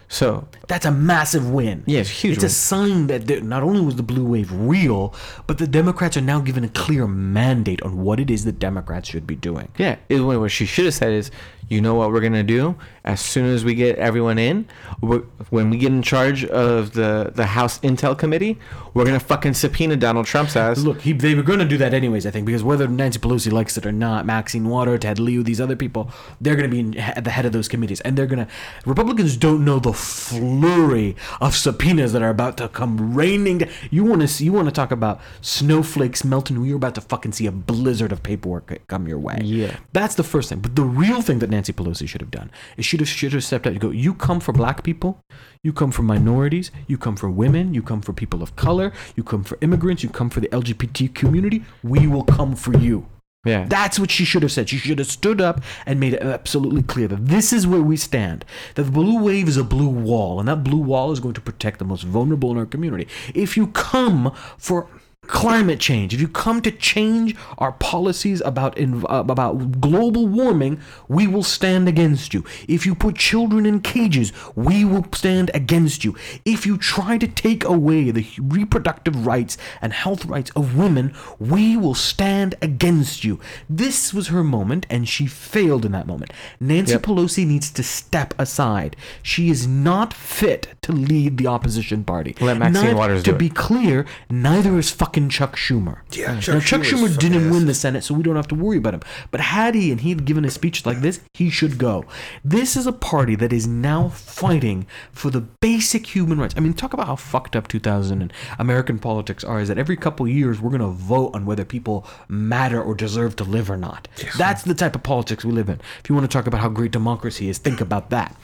[SPEAKER 1] So
[SPEAKER 2] That's a massive win.
[SPEAKER 1] Yeah, it's a huge
[SPEAKER 2] It's a
[SPEAKER 1] win.
[SPEAKER 2] sign that there- not only was the blue wave real, but the Democrats are now given a clear mandate on what it is that Democrats should be doing.
[SPEAKER 1] yeah, it, what she should have said is, you know what we're gonna do as soon as we get everyone in, we when we get in charge of the the House Intel Committee, we're gonna fucking subpoena Donald Trump's ass.
[SPEAKER 2] Look, he, they were going to do that anyways, I think, because whether Nancy Pelosi likes it or not, Maxine Waters, Ted Lieu, these other people, they're going to be in, at the head of those committees. And they're going to. Republicans don't know the flurry of subpoenas that are about to come raining down. You want to see? You want to talk about snowflakes melting? You're about to fucking see a blizzard of paperwork come your way.
[SPEAKER 1] Yeah.
[SPEAKER 2] That's the first thing. But the real thing that Nancy Pelosi should have done is should have should have stepped out and go, you come for black people, you come for minorities, you come for women, you come for people of color, you come for immigrants, you come for the LGBT community, we will come for you.
[SPEAKER 1] Yeah.
[SPEAKER 2] That's what she should have said. She should have stood up and made it absolutely clear that this is where we stand. That the blue wave is a blue wall, and that blue wall is going to protect the most vulnerable in our community. If you come for climate change, if you come to change our policies about in, uh, about global warming, we will stand against you. If you put children in cages, we will stand against you. If you try to take away the hu- reproductive rights and health rights of women, we will stand against you. This was her moment, and she failed in that moment. Nancy
[SPEAKER 1] Yep.
[SPEAKER 2] Pelosi needs to step aside. She is not fit to lead the opposition party.
[SPEAKER 1] Let Maxine
[SPEAKER 2] Not-
[SPEAKER 1] Waters
[SPEAKER 2] to
[SPEAKER 1] do it.
[SPEAKER 2] be clear, neither is fucking Chuck Schumer.
[SPEAKER 3] Yeah,
[SPEAKER 2] Chuck now, Chuck
[SPEAKER 3] Schumer's
[SPEAKER 2] Schumer
[SPEAKER 3] fucking
[SPEAKER 2] didn't win
[SPEAKER 3] ass.
[SPEAKER 2] the Senate, so we don't have to worry about him. But had he and he had given a speech like this, he should go. This is a party that is now fighting for the basic human rights. I mean, talk about how fucked up 2000 and American politics are. Is that every couple years we're going to vote on whether people matter or deserve to live or not? That's the type of politics we live in. If you want to talk about how great democracy is, think about that.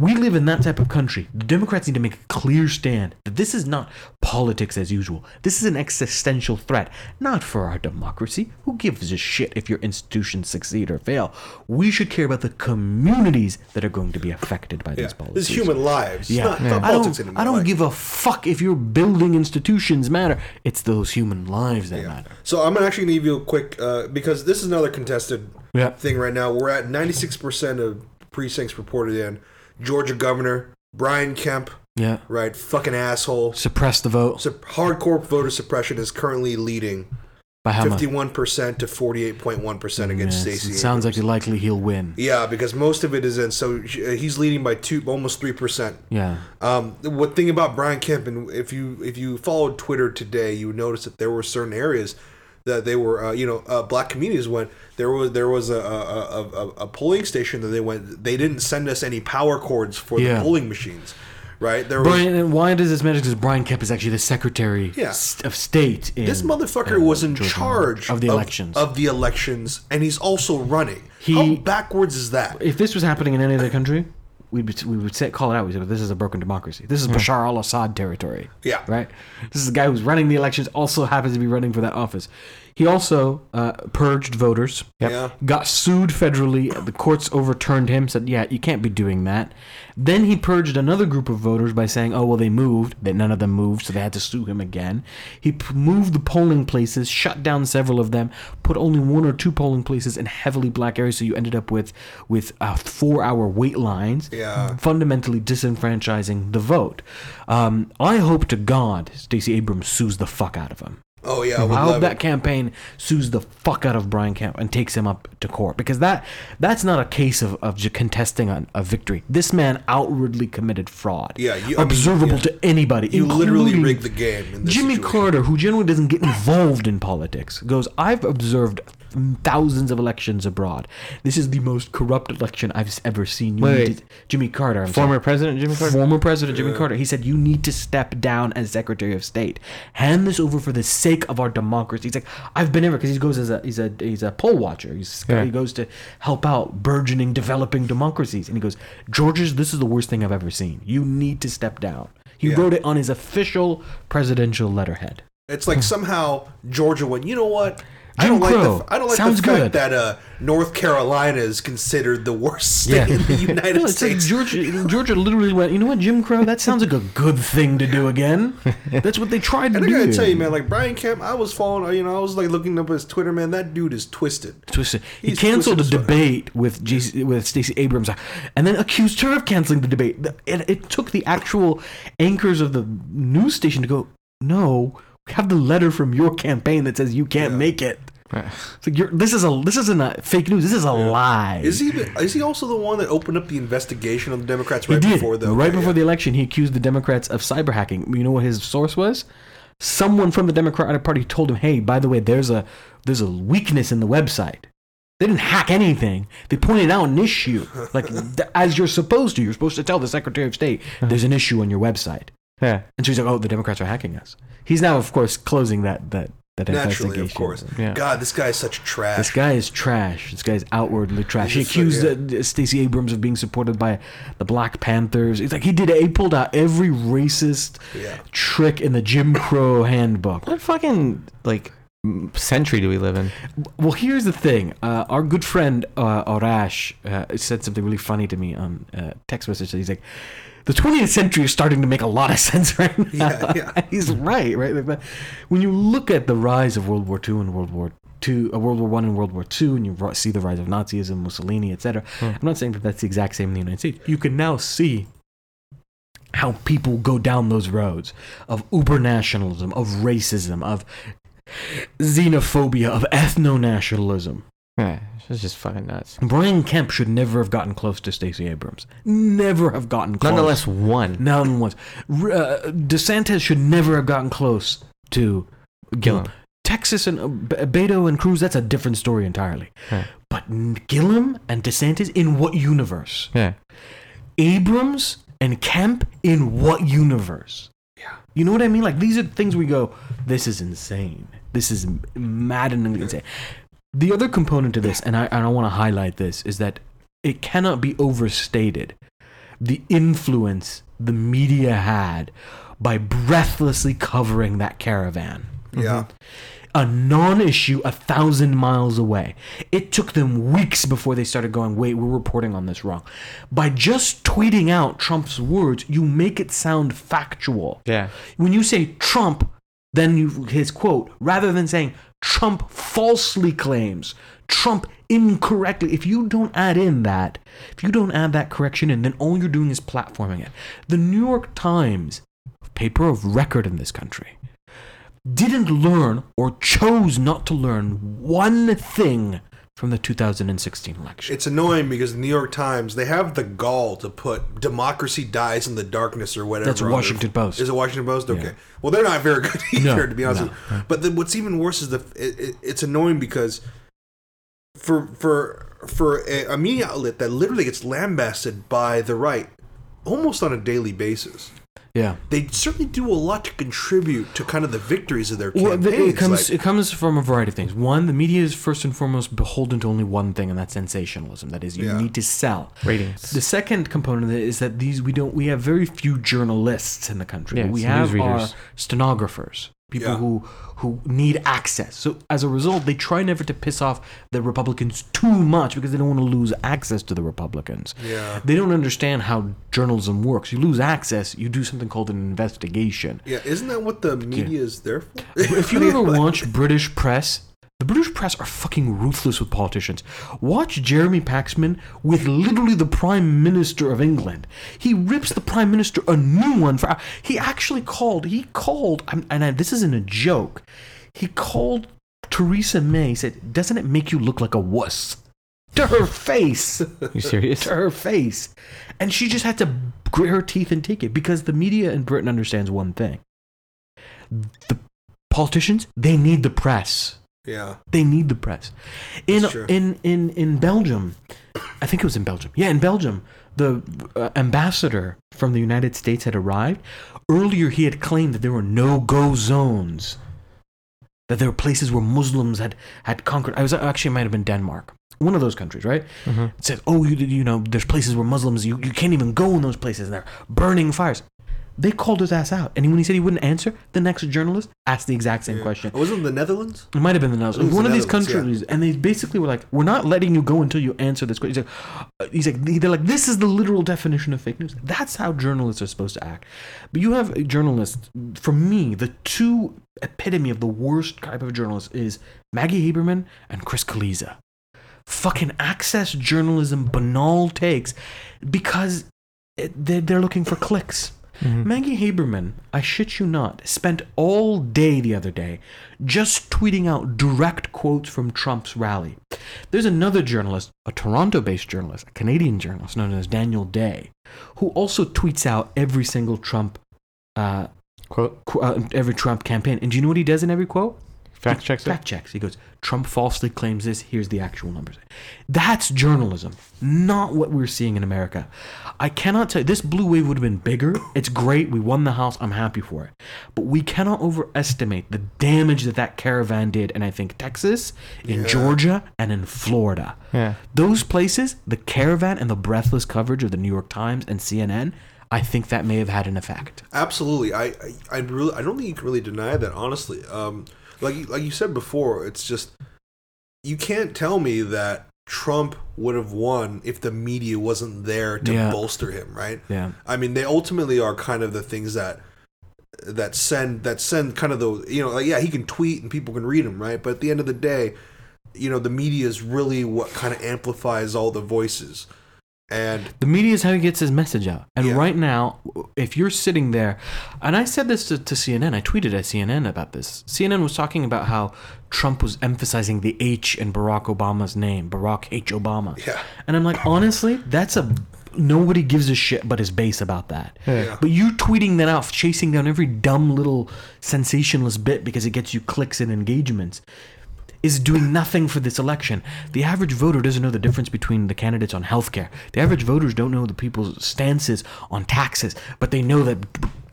[SPEAKER 2] We live in that type of country. The Democrats need to make a clear stand that this is not politics as usual. This is an existential threat, not for our democracy. Who gives a shit if your institutions succeed or fail? We should care about the communities that are going to be affected by these
[SPEAKER 3] Yeah.
[SPEAKER 2] policies.
[SPEAKER 3] It's human lives.
[SPEAKER 2] Yeah,
[SPEAKER 3] It's not, it's not
[SPEAKER 2] I
[SPEAKER 3] politics
[SPEAKER 2] don't,
[SPEAKER 3] anymore.
[SPEAKER 2] I don't
[SPEAKER 3] like.
[SPEAKER 2] give a fuck if your building institutions matter. It's those human lives that matter.
[SPEAKER 3] So I'm actually gonna give you a quick uh, because this is another contested
[SPEAKER 2] Yeah.
[SPEAKER 3] thing right now. We're at 96 percent of precincts reported in. Georgia Governor Brian Kemp,
[SPEAKER 2] Yeah.
[SPEAKER 3] right? Fucking asshole.
[SPEAKER 2] Suppress the vote
[SPEAKER 3] So hardcore voter suppression is currently leading
[SPEAKER 2] by how much?
[SPEAKER 3] 51 percent to 48.1 percent against
[SPEAKER 2] Yes,
[SPEAKER 3] Stacey.
[SPEAKER 2] it sounds like likely he'll win.
[SPEAKER 3] yeah, because most of it is in. So she- he's leading by two, almost three percent.
[SPEAKER 2] Yeah.
[SPEAKER 3] Um, the what thing about Brian Kemp, and if you if you followed Twitter today, you would notice that there were certain areas that they were, uh, you know, uh, black communities went. There was there was a a, a, a a polling station that they went. They didn't send us any power cords for
[SPEAKER 2] Yeah.
[SPEAKER 3] the polling machines, right? There was
[SPEAKER 2] Brian, and why does this matter? Because Brian Kemp is actually the Secretary
[SPEAKER 3] Yeah.
[SPEAKER 2] s- of State. In,
[SPEAKER 3] this motherfucker
[SPEAKER 2] uh,
[SPEAKER 3] was in
[SPEAKER 2] Georgia.
[SPEAKER 3] charge
[SPEAKER 2] of the elections.
[SPEAKER 3] of the elections, and he's also running.
[SPEAKER 2] He-
[SPEAKER 3] How backwards is that?
[SPEAKER 2] if this was happening in any other country, we'd be, we would say, call it out. We say, "This is a broken democracy. This is Bashar al-Assad territory."
[SPEAKER 3] Yeah.
[SPEAKER 2] right. This is a guy who's running the elections, also happens to be running for that office. He also uh, purged voters.
[SPEAKER 3] Yeah.
[SPEAKER 2] Got sued federally. The courts overturned him. Said, "Yeah, you can't be doing that." Then he purged another group of voters by saying, "Oh well, they moved. That none of them moved, so they had to sue him again." He p- moved the polling places, shut down several of them, put only one or two polling places in heavily black areas, so you ended up with with uh, four-hour wait lines
[SPEAKER 3] Yeah.
[SPEAKER 2] fundamentally disenfranchising the vote. Um, I hope to God Stacey Abrams sues the fuck out of him.
[SPEAKER 3] Oh yeah, I would
[SPEAKER 2] I hope
[SPEAKER 3] love
[SPEAKER 2] that
[SPEAKER 3] it.
[SPEAKER 2] campaign sues the fuck out of Brian Kemp and takes him up to court because that that's not a case of, of ju- contesting a, a victory. This man outwardly committed fraud.
[SPEAKER 3] Yeah, you- I mean,
[SPEAKER 2] observable
[SPEAKER 3] yeah.
[SPEAKER 2] to anybody.
[SPEAKER 3] You literally
[SPEAKER 2] including
[SPEAKER 3] rigged the game. In this
[SPEAKER 2] Jimmy
[SPEAKER 3] situation.
[SPEAKER 2] Carter, who generally doesn't get involved in politics, goes, I've observed thousands of elections abroad. This is the most corrupt election I've s- ever seen. You
[SPEAKER 1] Wait,
[SPEAKER 2] need
[SPEAKER 1] wait.
[SPEAKER 2] to- Jimmy Carter, I'm
[SPEAKER 1] Former President Jimmy Carter.
[SPEAKER 2] Former President Jimmy Carter. He said, You need to step down as Secretary of State. Hand this over for the sake of our democracy. He's like, I've been ever because he goes as a he's a he's a poll watcher. He's,
[SPEAKER 1] Yeah.
[SPEAKER 2] He goes to help out burgeoning, developing democracies. And he goes, George's, this is the worst thing I've ever seen. You need to step down. He
[SPEAKER 3] Yeah.
[SPEAKER 2] wrote it on his official presidential letterhead.
[SPEAKER 3] It's like somehow Georgia went. You know what? I
[SPEAKER 2] Jim
[SPEAKER 3] don't like
[SPEAKER 2] Crow.
[SPEAKER 3] the. f- I don't like
[SPEAKER 2] Sounds
[SPEAKER 3] the fact
[SPEAKER 2] good.
[SPEAKER 3] that uh, North Carolina is considered the worst state
[SPEAKER 2] Yeah.
[SPEAKER 3] in the United
[SPEAKER 2] No, it's like
[SPEAKER 3] States.
[SPEAKER 2] Georgia, Georgia literally went, you know what, Jim Crow? That sounds like a good thing to do again. That's what they tried to
[SPEAKER 3] and I
[SPEAKER 2] do.
[SPEAKER 3] gotta tell you, man, like Brian Kemp, I was following. You know, I was like looking up his Twitter. Man, that dude is twisted.
[SPEAKER 2] twisted. He
[SPEAKER 3] He's
[SPEAKER 2] canceled a
[SPEAKER 3] twisted as fuck.
[SPEAKER 2] debate with J- with Stacey Abrams, and then accused her of canceling the debate. The- It, it took the actual anchors of the news station to go, "No, we have the letter from your campaign that says you can't make it." It's like you're, this is a this isn't a fake news. This is a lie.
[SPEAKER 3] Is he? The, is he also the one that opened up the investigation on the Democrats
[SPEAKER 2] He
[SPEAKER 3] right
[SPEAKER 2] did
[SPEAKER 3] before the
[SPEAKER 2] right
[SPEAKER 3] okay,
[SPEAKER 2] before
[SPEAKER 3] yeah.
[SPEAKER 2] the election. He accused the Democrats of cyber hacking. You know what his source was? Someone from the Democratic Party told him, "Hey, by the way, there's a there's a weakness in the website." They didn't hack anything. They pointed out an issue, like th- as you're supposed to. You're supposed to tell the Secretary of State
[SPEAKER 3] Uh-huh.
[SPEAKER 2] there's an issue on your website.
[SPEAKER 1] Yeah.
[SPEAKER 2] And so he's like, "Oh, the Democrats are hacking us." He's now, of course, closing that that that
[SPEAKER 3] naturally,
[SPEAKER 2] investigation.
[SPEAKER 3] of course.
[SPEAKER 1] Yeah.
[SPEAKER 3] God, this guy is such trash.
[SPEAKER 2] This guy is trash. This guy is outwardly trash. He
[SPEAKER 3] He's just
[SPEAKER 2] accused
[SPEAKER 3] like,
[SPEAKER 2] uh, Stacey Abrams of being supported by the Black Panthers. It's like he did. He pulled out every racist
[SPEAKER 3] Yeah.
[SPEAKER 2] trick in the Jim Crow handbook.
[SPEAKER 1] What fucking like m- century do we live in?
[SPEAKER 2] Well, here's the thing. Uh, our good friend uh, Arash uh, said something really funny to me on uh, text message. He's like, "The 20th century is starting to make a lot of sense right now."
[SPEAKER 3] Yeah, yeah.
[SPEAKER 2] He's right, right? Like that. When you look at the rise of World War II and World War II, uh, World War One and World War II, and you ri- see the rise of Nazism, Mussolini, etc.
[SPEAKER 3] Hmm.
[SPEAKER 2] I'm not saying that that's the exact same in the United States. You can now see how people go down those roads of uber nationalism, of racism, of xenophobia, of ethno nationalism.
[SPEAKER 1] Yeah, it's just fucking nuts.
[SPEAKER 2] Brian Kemp should never have gotten close to Stacey Abrams. Never have gotten close.
[SPEAKER 1] Nonetheless, one.
[SPEAKER 2] nonetheless, R- uh, DeSantis should never have gotten close to Gillum.
[SPEAKER 1] Gillum.
[SPEAKER 2] Texas and uh, B- Beto and Cruz, that's a different story entirely.
[SPEAKER 1] Right.
[SPEAKER 2] But n- Gillum and DeSantis, in what universe?
[SPEAKER 1] Yeah.
[SPEAKER 2] Abrams and Kemp, in what universe? Yeah. You know what I mean? Like, these are things we go, this is insane. This is m- maddeningly insane. The other component to this, and I, and I want to highlight this, is that it cannot be overstated the influence the media had by breathlessly covering that caravan Mm-hmm.
[SPEAKER 3] yeah.
[SPEAKER 2] a non-issue a thousand miles away. It took them weeks before they started going, wait, we're reporting on this wrong. By just tweeting out Trump's words, you make it sound factual.
[SPEAKER 1] Yeah.
[SPEAKER 2] When you say Trump, then you, his quote, rather than saying Trump falsely claims, Trump incorrectly, if you don't add in that, if you don't add that correction in, then all you're doing is platforming it. The New York Times, paper of record in this country, didn't learn or chose not to learn one thing from the 2016 election.
[SPEAKER 3] It's annoying because the New York Times they have the gall to put "democracy dies in the darkness" or whatever.
[SPEAKER 2] That's
[SPEAKER 3] on their-
[SPEAKER 2] Washington Post.
[SPEAKER 3] Is it Washington Post? Okay. Well, they're not very good either, to be
[SPEAKER 2] no.
[SPEAKER 3] honest. with you. But then what's even worse is the it, it, it's annoying because for for for a, a media outlet that literally gets lambasted by the right almost on a daily basis.
[SPEAKER 2] yeah.
[SPEAKER 3] They certainly do a lot to contribute to kind of the victories of their
[SPEAKER 2] Well,
[SPEAKER 3] campaigns.
[SPEAKER 2] the, it comes
[SPEAKER 3] like-
[SPEAKER 2] it comes from a variety of things. One, the media is first and foremost beholden to only one thing, and that's sensationalism. That is, you
[SPEAKER 3] Yeah.
[SPEAKER 2] need to sell.
[SPEAKER 1] Ratings.
[SPEAKER 2] The second component of it is that these we don't we have very few journalists in the country.
[SPEAKER 1] Yeah,
[SPEAKER 2] What we
[SPEAKER 1] it's
[SPEAKER 2] have
[SPEAKER 1] newsreaders.
[SPEAKER 2] are stenographers, people
[SPEAKER 3] Yeah.
[SPEAKER 2] who who need access. So as a result, they try never to piss off the Republicans too much because they don't want to lose access to the Republicans.
[SPEAKER 3] Yeah.
[SPEAKER 2] They don't understand how journalism works. You lose access, you do something called an investigation
[SPEAKER 3] yeah, isn't that what the media is there for?
[SPEAKER 2] if you ever watch British press, the British press are fucking ruthless with politicians. Watch Jeremy Paxman with literally the Prime Minister of England. He rips the Prime Minister a new one for. He actually called. He called, I'm- and I, this isn't a joke. He called Theresa May. He said, "Doesn't it make you look like a wuss?" To her face
[SPEAKER 1] You serious?
[SPEAKER 2] to her face. And she just had to grit her teeth and take it because the media in Britain understands one thing. The politicians, they need the press.
[SPEAKER 3] Yeah.
[SPEAKER 2] They need the press. In
[SPEAKER 3] true.
[SPEAKER 2] in in in Belgium, I think it was in Belgium. Yeah, in Belgium, the uh, ambassador from the United States had arrived. Earlier, he had claimed that there were no-go zones, that there were places where Muslims had had conquered. I was actually it might have been Denmark, one of those countries, right? It said, "Oh, you you know, there's places where Muslims you, you can't even go in those places, and they're burning fires." They called his ass out, and when he said he wouldn't answer, the next journalist asked the exact same question.
[SPEAKER 3] Wasn't Oh, it the Netherlands?
[SPEAKER 2] It might have been the Netherlands.
[SPEAKER 3] was
[SPEAKER 2] One
[SPEAKER 3] the
[SPEAKER 2] of these
[SPEAKER 3] Netherlands, yeah.
[SPEAKER 2] countries, and they basically were like, "We're not letting you go until you answer this question." He's like, uh, "He's like, they're like, this is the literal definition of fake news. That's how journalists are supposed to act." But you have journalists. For me, the two epitome of the worst type of journalist is Maggie Haberman and Chris Kaliza. Fucking access journalism, banal takes, because it- they're, they're looking for clicks. Maggie Haberman, I shit you not, spent all day the other day just tweeting out direct quotes from Trump's rally. There's another journalist, a Toronto based journalist, a Canadian journalist known as Daniel Day, who also tweets out every single Trump. Uh,
[SPEAKER 1] Quote,
[SPEAKER 2] qu- uh, every Trump campaign, and do you know what he does in every quote?
[SPEAKER 1] fact checks it.
[SPEAKER 2] Fact checks. He goes, Trump falsely claims this. Here's the actual numbers. That's journalism, not what we're seeing in America. I cannot tell you, this blue wave would have been bigger. It's great. We won the House. I'm happy for it. But we cannot overestimate the damage that that caravan did in, I think, Texas, in Georgia, and in Florida.
[SPEAKER 1] Yeah.
[SPEAKER 2] Those places, the caravan and the breathless coverage of the New York Times and CNN, I think that may have had an effect.
[SPEAKER 3] Absolutely. I, I, I really, I don't think you can really deny that. Honestly, um, like, you- like you said before, it's just you can't tell me that Trump would have won if the media wasn't there to
[SPEAKER 2] Yeah.
[SPEAKER 3] bolster him, right?
[SPEAKER 2] Yeah.
[SPEAKER 3] I mean, they ultimately are kind of the things that that send that send kind of the you know, like, yeah, he can tweet and people can read him, right? But at the end of the day, you know, the media is really what kind of amplifies all the voices. And
[SPEAKER 2] The media is how he gets his message out. And
[SPEAKER 3] Yeah.
[SPEAKER 2] right now, if you're sitting there, and I said this to, to CNN, I tweeted at CNN about this. CNN was talking about how Trump was emphasizing the H in Barack Obama's name, Barack H. Obama.
[SPEAKER 3] Yeah.
[SPEAKER 2] And I'm like, honestly, that's a. Nobody gives a shit but his base about that.
[SPEAKER 3] Yeah.
[SPEAKER 2] But you tweeting that out, chasing down every dumb little sensationless bit because it gets you clicks and engagements is doing nothing for this election. The average voter doesn't know the difference between the candidates on healthcare. The average voters don't know the people's stances on taxes, but they know that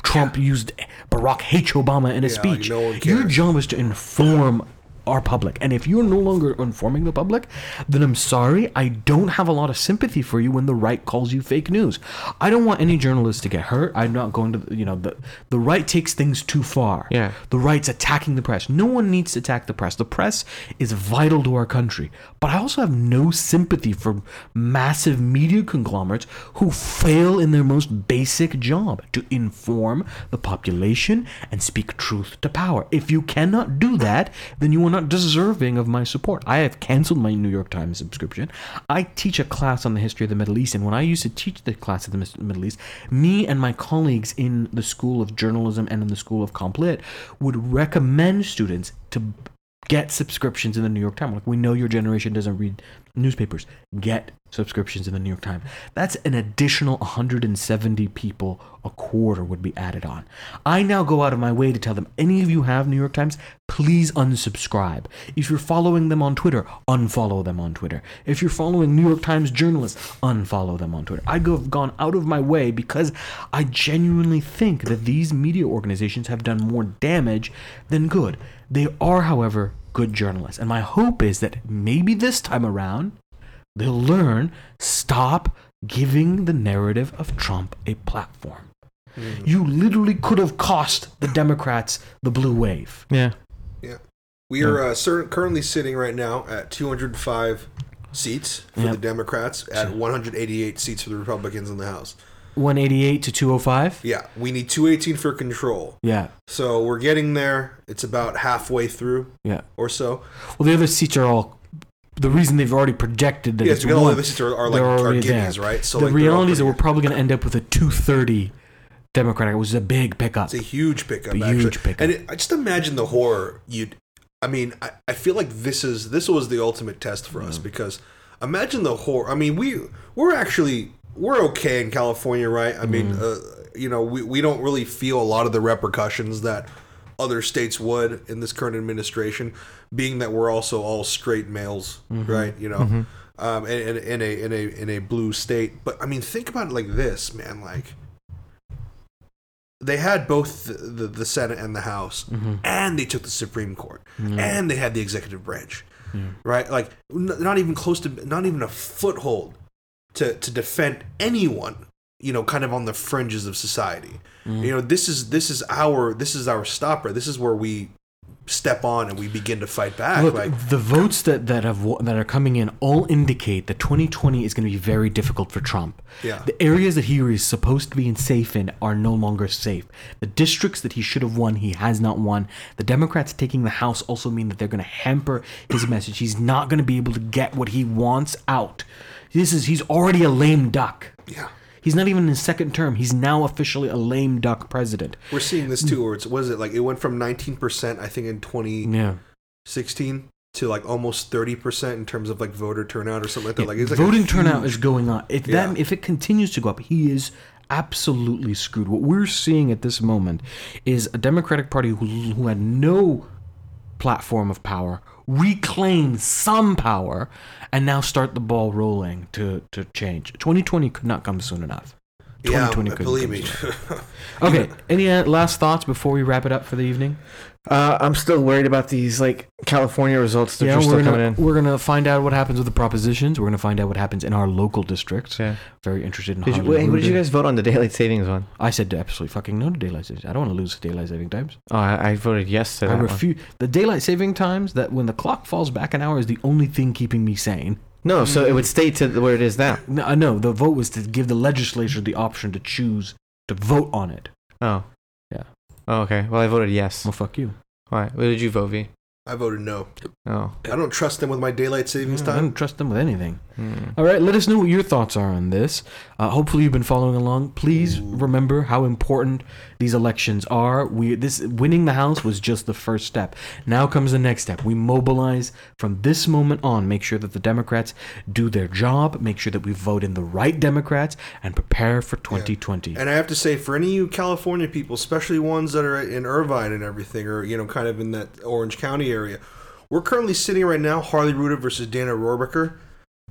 [SPEAKER 2] Trump used Barack H. Obama in a
[SPEAKER 3] Yeah, like,
[SPEAKER 2] speech.
[SPEAKER 3] no one
[SPEAKER 2] Your
[SPEAKER 3] cares.
[SPEAKER 2] job is to inform our public. And if you're no longer informing the public, then I'm sorry, I don't have a lot of sympathy for you when the right calls you fake news. I don't want any journalist to get hurt. I'm not going to, you know, the the right takes things too far.
[SPEAKER 1] Yeah.
[SPEAKER 2] The right's attacking the press. No one needs to attack the press. The press is vital to our country. But I also have no sympathy for massive media conglomerates who fail in their most basic job to inform the population and speak truth to power. If you cannot do that, then you are not deserving of my support. I have canceled my New York Times subscription. I teach a class on the history of the Middle East, and when I used to teach the class of the Mis- Middle East, me and my colleagues in the School of Journalism and in the School of Comp Lit would recommend students to b- get subscriptions in the New York Times. Like we know your generation doesn't read newspapers. Get subscriptions in the New York Times. That's an additional 170 people a quarter would be added on. I now go out of my way to tell them any of you have New York Times, please unsubscribe. If you're following them on Twitter, unfollow them on Twitter. If you're following New York Times journalists, unfollow them on Twitter. I go have gone out of my way because I genuinely think that these media organizations have done more damage than good. They are, however, good journalists. And my hope is that maybe this time around, they'll learn stop giving the narrative of Trump a platform. You literally could have cost the Democrats the blue wave.
[SPEAKER 1] Yeah.
[SPEAKER 3] yeah, we are uh, cer- currently sitting right now at 205 seats for
[SPEAKER 2] Yep.
[SPEAKER 3] the Democrats, at 188 seats for the Republicans in the House.
[SPEAKER 2] 188 to 205?
[SPEAKER 3] Yeah, we need 218 for control.
[SPEAKER 2] Yeah,
[SPEAKER 3] So we're getting there. It's about halfway through
[SPEAKER 2] yeah.
[SPEAKER 3] or so.
[SPEAKER 2] Well, the other seats are all. The reason they've already projected that
[SPEAKER 3] Yeah,
[SPEAKER 2] it's
[SPEAKER 3] because all
[SPEAKER 2] one,
[SPEAKER 3] of the seats are, are like
[SPEAKER 2] they're
[SPEAKER 3] are
[SPEAKER 2] already
[SPEAKER 3] guineas,
[SPEAKER 2] there.
[SPEAKER 3] right? So
[SPEAKER 2] the
[SPEAKER 3] like, they're all
[SPEAKER 2] reality is that
[SPEAKER 3] pretty
[SPEAKER 2] we're probably going to end up with a 230 Democratic, which is a big pickup.
[SPEAKER 3] It's a huge pickup.
[SPEAKER 2] Huge
[SPEAKER 3] actually.
[SPEAKER 2] pickup.
[SPEAKER 3] And it, I just imagine the horror. You, would I mean, I, I feel like this is this was the ultimate test for
[SPEAKER 2] Mm.
[SPEAKER 3] us because imagine the horror. I mean, we we're actually we're okay in
[SPEAKER 2] Mm.
[SPEAKER 3] California, right? I mean, uh, you know, we we don't really feel a lot of the repercussions that other states would in this current administration, being that we're also all straight males,
[SPEAKER 2] Mm-hmm.
[SPEAKER 3] right? You know, um, and, and in a in a in a blue state. But I mean, think about it like this, man. Like they had both the, the, the Senate and the House, and they took the Supreme Court, and they had the executive branch, right? Like n- not even close to, not even a foothold to to defend anyone, you know, kind of on the fringes of society. You know, this is this is our this is our stopper. This is where we step on and we begin to fight back.
[SPEAKER 2] Look, uh,
[SPEAKER 3] like
[SPEAKER 2] the votes that that have wa- that are coming in all indicate that 2020 is going to be very difficult for Trump.
[SPEAKER 3] Yeah.
[SPEAKER 2] The areas that he is supposed to be in safe in are no longer safe. The districts that he should have won, he has not won. The Democrats taking the House also mean that they're going to hamper his message. He's not going to be able to get what he wants out. This is he's already a lame duck.
[SPEAKER 3] Yeah.
[SPEAKER 2] He's not even in his second term. He's now officially a lame duck president.
[SPEAKER 3] we're seeing this too. Or it's was it like it went from nineteen percent, I think, in twenty
[SPEAKER 2] Yeah.
[SPEAKER 3] 16 to like almost 30% in terms of like voter turnout or something like that like it's like a
[SPEAKER 2] voting
[SPEAKER 3] huge-
[SPEAKER 2] turnout is going up. If that
[SPEAKER 3] Yeah.
[SPEAKER 2] if it continues to go up, he is absolutely screwed. What we're seeing at this moment is a Democratic Party who, who had no platform of power reclaim some power and now start the ball rolling to to change. 2020 could not come soon enough.
[SPEAKER 3] yeah uh,
[SPEAKER 2] 2020 couldn't
[SPEAKER 3] believe
[SPEAKER 2] come
[SPEAKER 3] me
[SPEAKER 2] soon. Okay, any uh, last thoughts before we wrap it up for the evening?
[SPEAKER 1] Uh, I'm still worried about these like California results. They're just
[SPEAKER 2] we're
[SPEAKER 1] still
[SPEAKER 2] gonna,
[SPEAKER 1] coming in.
[SPEAKER 2] we're gonna find out what happens with the propositions. We're gonna find out what happens in our local districts.
[SPEAKER 1] Yeah.
[SPEAKER 2] Very interested in.
[SPEAKER 1] Did you,
[SPEAKER 2] Hollywood.
[SPEAKER 1] wait, what did you guys vote on the daylight savings one?
[SPEAKER 2] I said absolutely fucking no to daylight saving. I don't want to lose daylight saving times.
[SPEAKER 1] Oh, I, I voted yes to
[SPEAKER 2] I
[SPEAKER 1] that one.
[SPEAKER 2] refuse the daylight saving times. That when the clock falls back an hour is the only thing keeping me sane.
[SPEAKER 1] No, so it would stay to where it is now.
[SPEAKER 2] No, I know the vote was to give the legislature the option to choose to vote on it.
[SPEAKER 1] Oh.
[SPEAKER 2] Yeah.
[SPEAKER 1] Oh, okay. Well, I voted yes.
[SPEAKER 2] Well, fuck you.
[SPEAKER 1] All right. What did you vote, V?
[SPEAKER 3] i voted no
[SPEAKER 1] Oh.
[SPEAKER 3] i don't trust them with my daylight savings
[SPEAKER 2] I
[SPEAKER 3] time
[SPEAKER 2] don't trust them with anything.
[SPEAKER 1] Hmm.
[SPEAKER 2] All right, let us know what your thoughts are on this. Uh, hopefully, you've been following along. Please
[SPEAKER 3] Hmm.
[SPEAKER 2] remember how important these elections are. We this winning the House was just the first step. Now comes the next step. We mobilize from this moment on. Make sure that the Democrats do their job. Make sure that we vote in the right Democrats and prepare for 2020.
[SPEAKER 3] and i have to say for any of you california people especially ones that are in irvine and everything or you know kind of in that orange county area we're currently sitting right now harley Ruda versus dana rohrbacher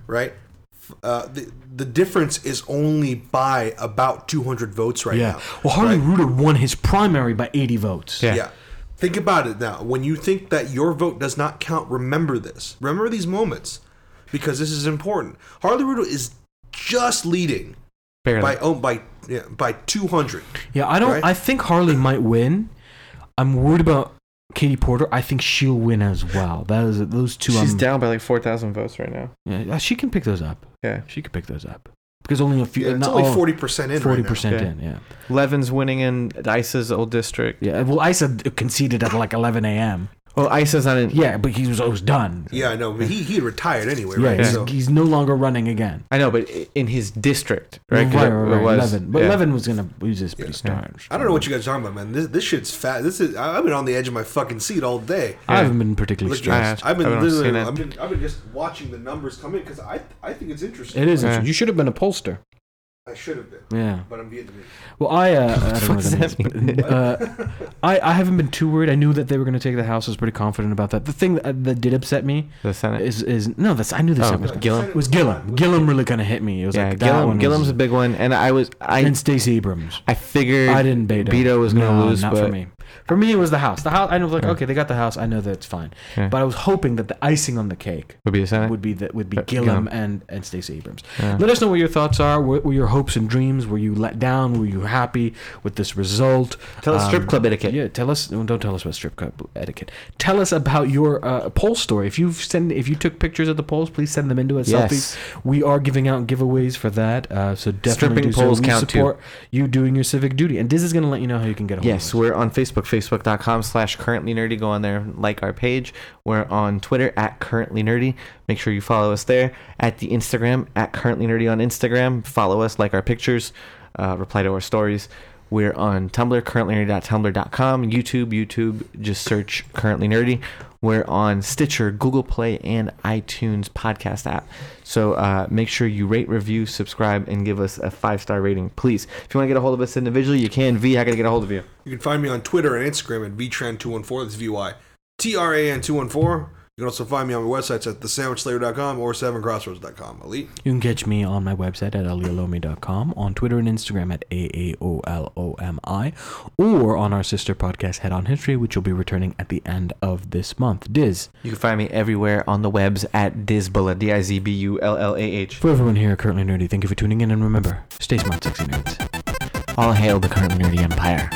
[SPEAKER 3] right F- uh, the, the difference is only by about 200 votes right
[SPEAKER 2] yeah.
[SPEAKER 3] now
[SPEAKER 2] Well, Harley
[SPEAKER 3] right?
[SPEAKER 2] Ruder won his primary by 80 votes.
[SPEAKER 1] Yeah.
[SPEAKER 3] Yeah. Think about it now. When you think that your vote does not count, remember this. Remember these moments because this is important. Harley Rudo is just leading
[SPEAKER 1] Barely.
[SPEAKER 3] by oh, by yeah, by 200.
[SPEAKER 2] Yeah, I don't.
[SPEAKER 3] Right?
[SPEAKER 2] I think Harley might win. I'm worried about Katie Porter. I think she'll win as well. That is those two.
[SPEAKER 1] She's
[SPEAKER 2] I'm-
[SPEAKER 1] down by like 4,000 votes right now.
[SPEAKER 2] Yeah, she can pick those up.
[SPEAKER 1] Yeah.
[SPEAKER 2] She can pick those up because only a few.
[SPEAKER 3] Yeah, it's
[SPEAKER 2] not
[SPEAKER 3] only
[SPEAKER 2] all-
[SPEAKER 3] 40% in 40%.
[SPEAKER 2] 40%
[SPEAKER 1] Yeah.
[SPEAKER 2] in. Yeah.
[SPEAKER 1] Levin's winning in ISA's old district.
[SPEAKER 2] Yeah. Well, Isa conceded at like 11 a.m.
[SPEAKER 1] Well, ISA's not in.
[SPEAKER 2] Yeah, but he was always done.
[SPEAKER 3] Yeah, I know. But he he retired anyway,
[SPEAKER 2] Yeah,
[SPEAKER 3] right?
[SPEAKER 2] he's,
[SPEAKER 3] So
[SPEAKER 2] he's no longer running again.
[SPEAKER 1] I know, but i- in his district, right? 'Cause
[SPEAKER 2] right,
[SPEAKER 1] it-
[SPEAKER 2] right,
[SPEAKER 1] it
[SPEAKER 2] right,
[SPEAKER 1] was-
[SPEAKER 2] Levin. But
[SPEAKER 1] yeah.
[SPEAKER 2] Levin was gonna lose this pretty staunch.
[SPEAKER 3] I don't know what you guys are talking about, man. This this shit's fat. This is I- I've been on the edge of my fucking seat all day.
[SPEAKER 2] I haven't been particularly
[SPEAKER 3] Look,
[SPEAKER 1] I
[SPEAKER 2] stressed.
[SPEAKER 1] have.
[SPEAKER 3] I've been
[SPEAKER 1] I've been on
[SPEAKER 3] literally,
[SPEAKER 1] CNN.
[SPEAKER 3] I've been, I've been just watching the numbers come in because I, I think it's interesting.
[SPEAKER 2] It is.
[SPEAKER 1] Yeah.
[SPEAKER 2] interesting. You should have been a pollster.
[SPEAKER 3] I should have been,
[SPEAKER 2] Yeah.
[SPEAKER 3] but I'm Vietnamese.
[SPEAKER 2] Well, I, uh, I don't know what
[SPEAKER 1] does
[SPEAKER 2] that means,
[SPEAKER 1] that mean?
[SPEAKER 2] but, uh, I, I haven't been too worried. I knew that they were going to take the house. I was pretty confident about that. The thing that, that did upset me
[SPEAKER 1] The Senate.
[SPEAKER 2] is is no, that's I knew this
[SPEAKER 1] Oh,
[SPEAKER 2] oh, was
[SPEAKER 1] Gillum.
[SPEAKER 2] It was Gillum. Gillum really kind of hit me. It was
[SPEAKER 1] yeah,
[SPEAKER 2] like that
[SPEAKER 1] Gillum,
[SPEAKER 2] one
[SPEAKER 1] Gillum's
[SPEAKER 2] was,
[SPEAKER 1] a big one, and I was I
[SPEAKER 2] and Stacey Abrams.
[SPEAKER 1] I figured
[SPEAKER 2] I didn't bait him.
[SPEAKER 1] Beto was gonna
[SPEAKER 2] No,
[SPEAKER 1] lose,
[SPEAKER 2] Not
[SPEAKER 1] but
[SPEAKER 2] for me. For me, it was the house. The house. I know, like, okay, they got the house. I know that it's fine.
[SPEAKER 1] Yeah.
[SPEAKER 2] But I was hoping that the icing on the cake
[SPEAKER 1] would be the Senate.
[SPEAKER 2] would be that would be
[SPEAKER 1] Uh, Gillum.
[SPEAKER 2] Gillum and and Stacey Abrams.
[SPEAKER 1] Yeah.
[SPEAKER 2] Let us know what your thoughts are. What were your hopes and dreams? Were you let down? Were you happy with this result? Um,
[SPEAKER 1] Tell us strip club etiquette.
[SPEAKER 2] Yeah, tell us. No, don't tell us about strip club etiquette. Tell us about your uh, poll story. If you send, if you took pictures of the polls, please send them into us.
[SPEAKER 1] Yes.
[SPEAKER 2] Selfies. We are giving out giveaways for that. Uh, so definitely
[SPEAKER 1] Stripping
[SPEAKER 2] do so.
[SPEAKER 1] polls
[SPEAKER 2] We
[SPEAKER 1] count too.
[SPEAKER 2] support you doing your civic duty. And this is going to let you know how you can get a hold
[SPEAKER 1] Yes,
[SPEAKER 2] of us.
[SPEAKER 1] we're on Facebook, facebook.com slash currently nerdy. Go on there, like our page. We're on Twitter at currently nerdy. Make sure you follow us there. At the Instagram, at currently nerdy on Instagram. Follow us, like our pictures, uh, reply to our stories. We're on Tumblr, currentlynerdy.tumblr.com, YouTube, YouTube, just search currently nerdy. We're on Stitcher, Google Play, and iTunes podcast app. So uh, make sure you rate, review, subscribe, and give us a five star rating, please. If you want to get a hold of us individually, you can. V, how can I get a hold of you?
[SPEAKER 3] You can find me on Twitter and Instagram at vtran214. That's V Y T R A N 214. You can also find me on my websites at thesandwichslayer.com or sevencrossroads.com. Elite.
[SPEAKER 2] You can catch me on my website at aliolomi.com, on Twitter and Instagram at AAOLOMI, or on our sister podcast, Head on History, which will be returning at the end of this month. Diz,
[SPEAKER 1] You can find me everywhere on the webs at Dizbulla, D I Z B U L L A H.
[SPEAKER 2] for everyone here at Currently Nerdy, thank you for tuning in, and remember, stay smart, sexy nerds.
[SPEAKER 1] All hail the current nerdy empire.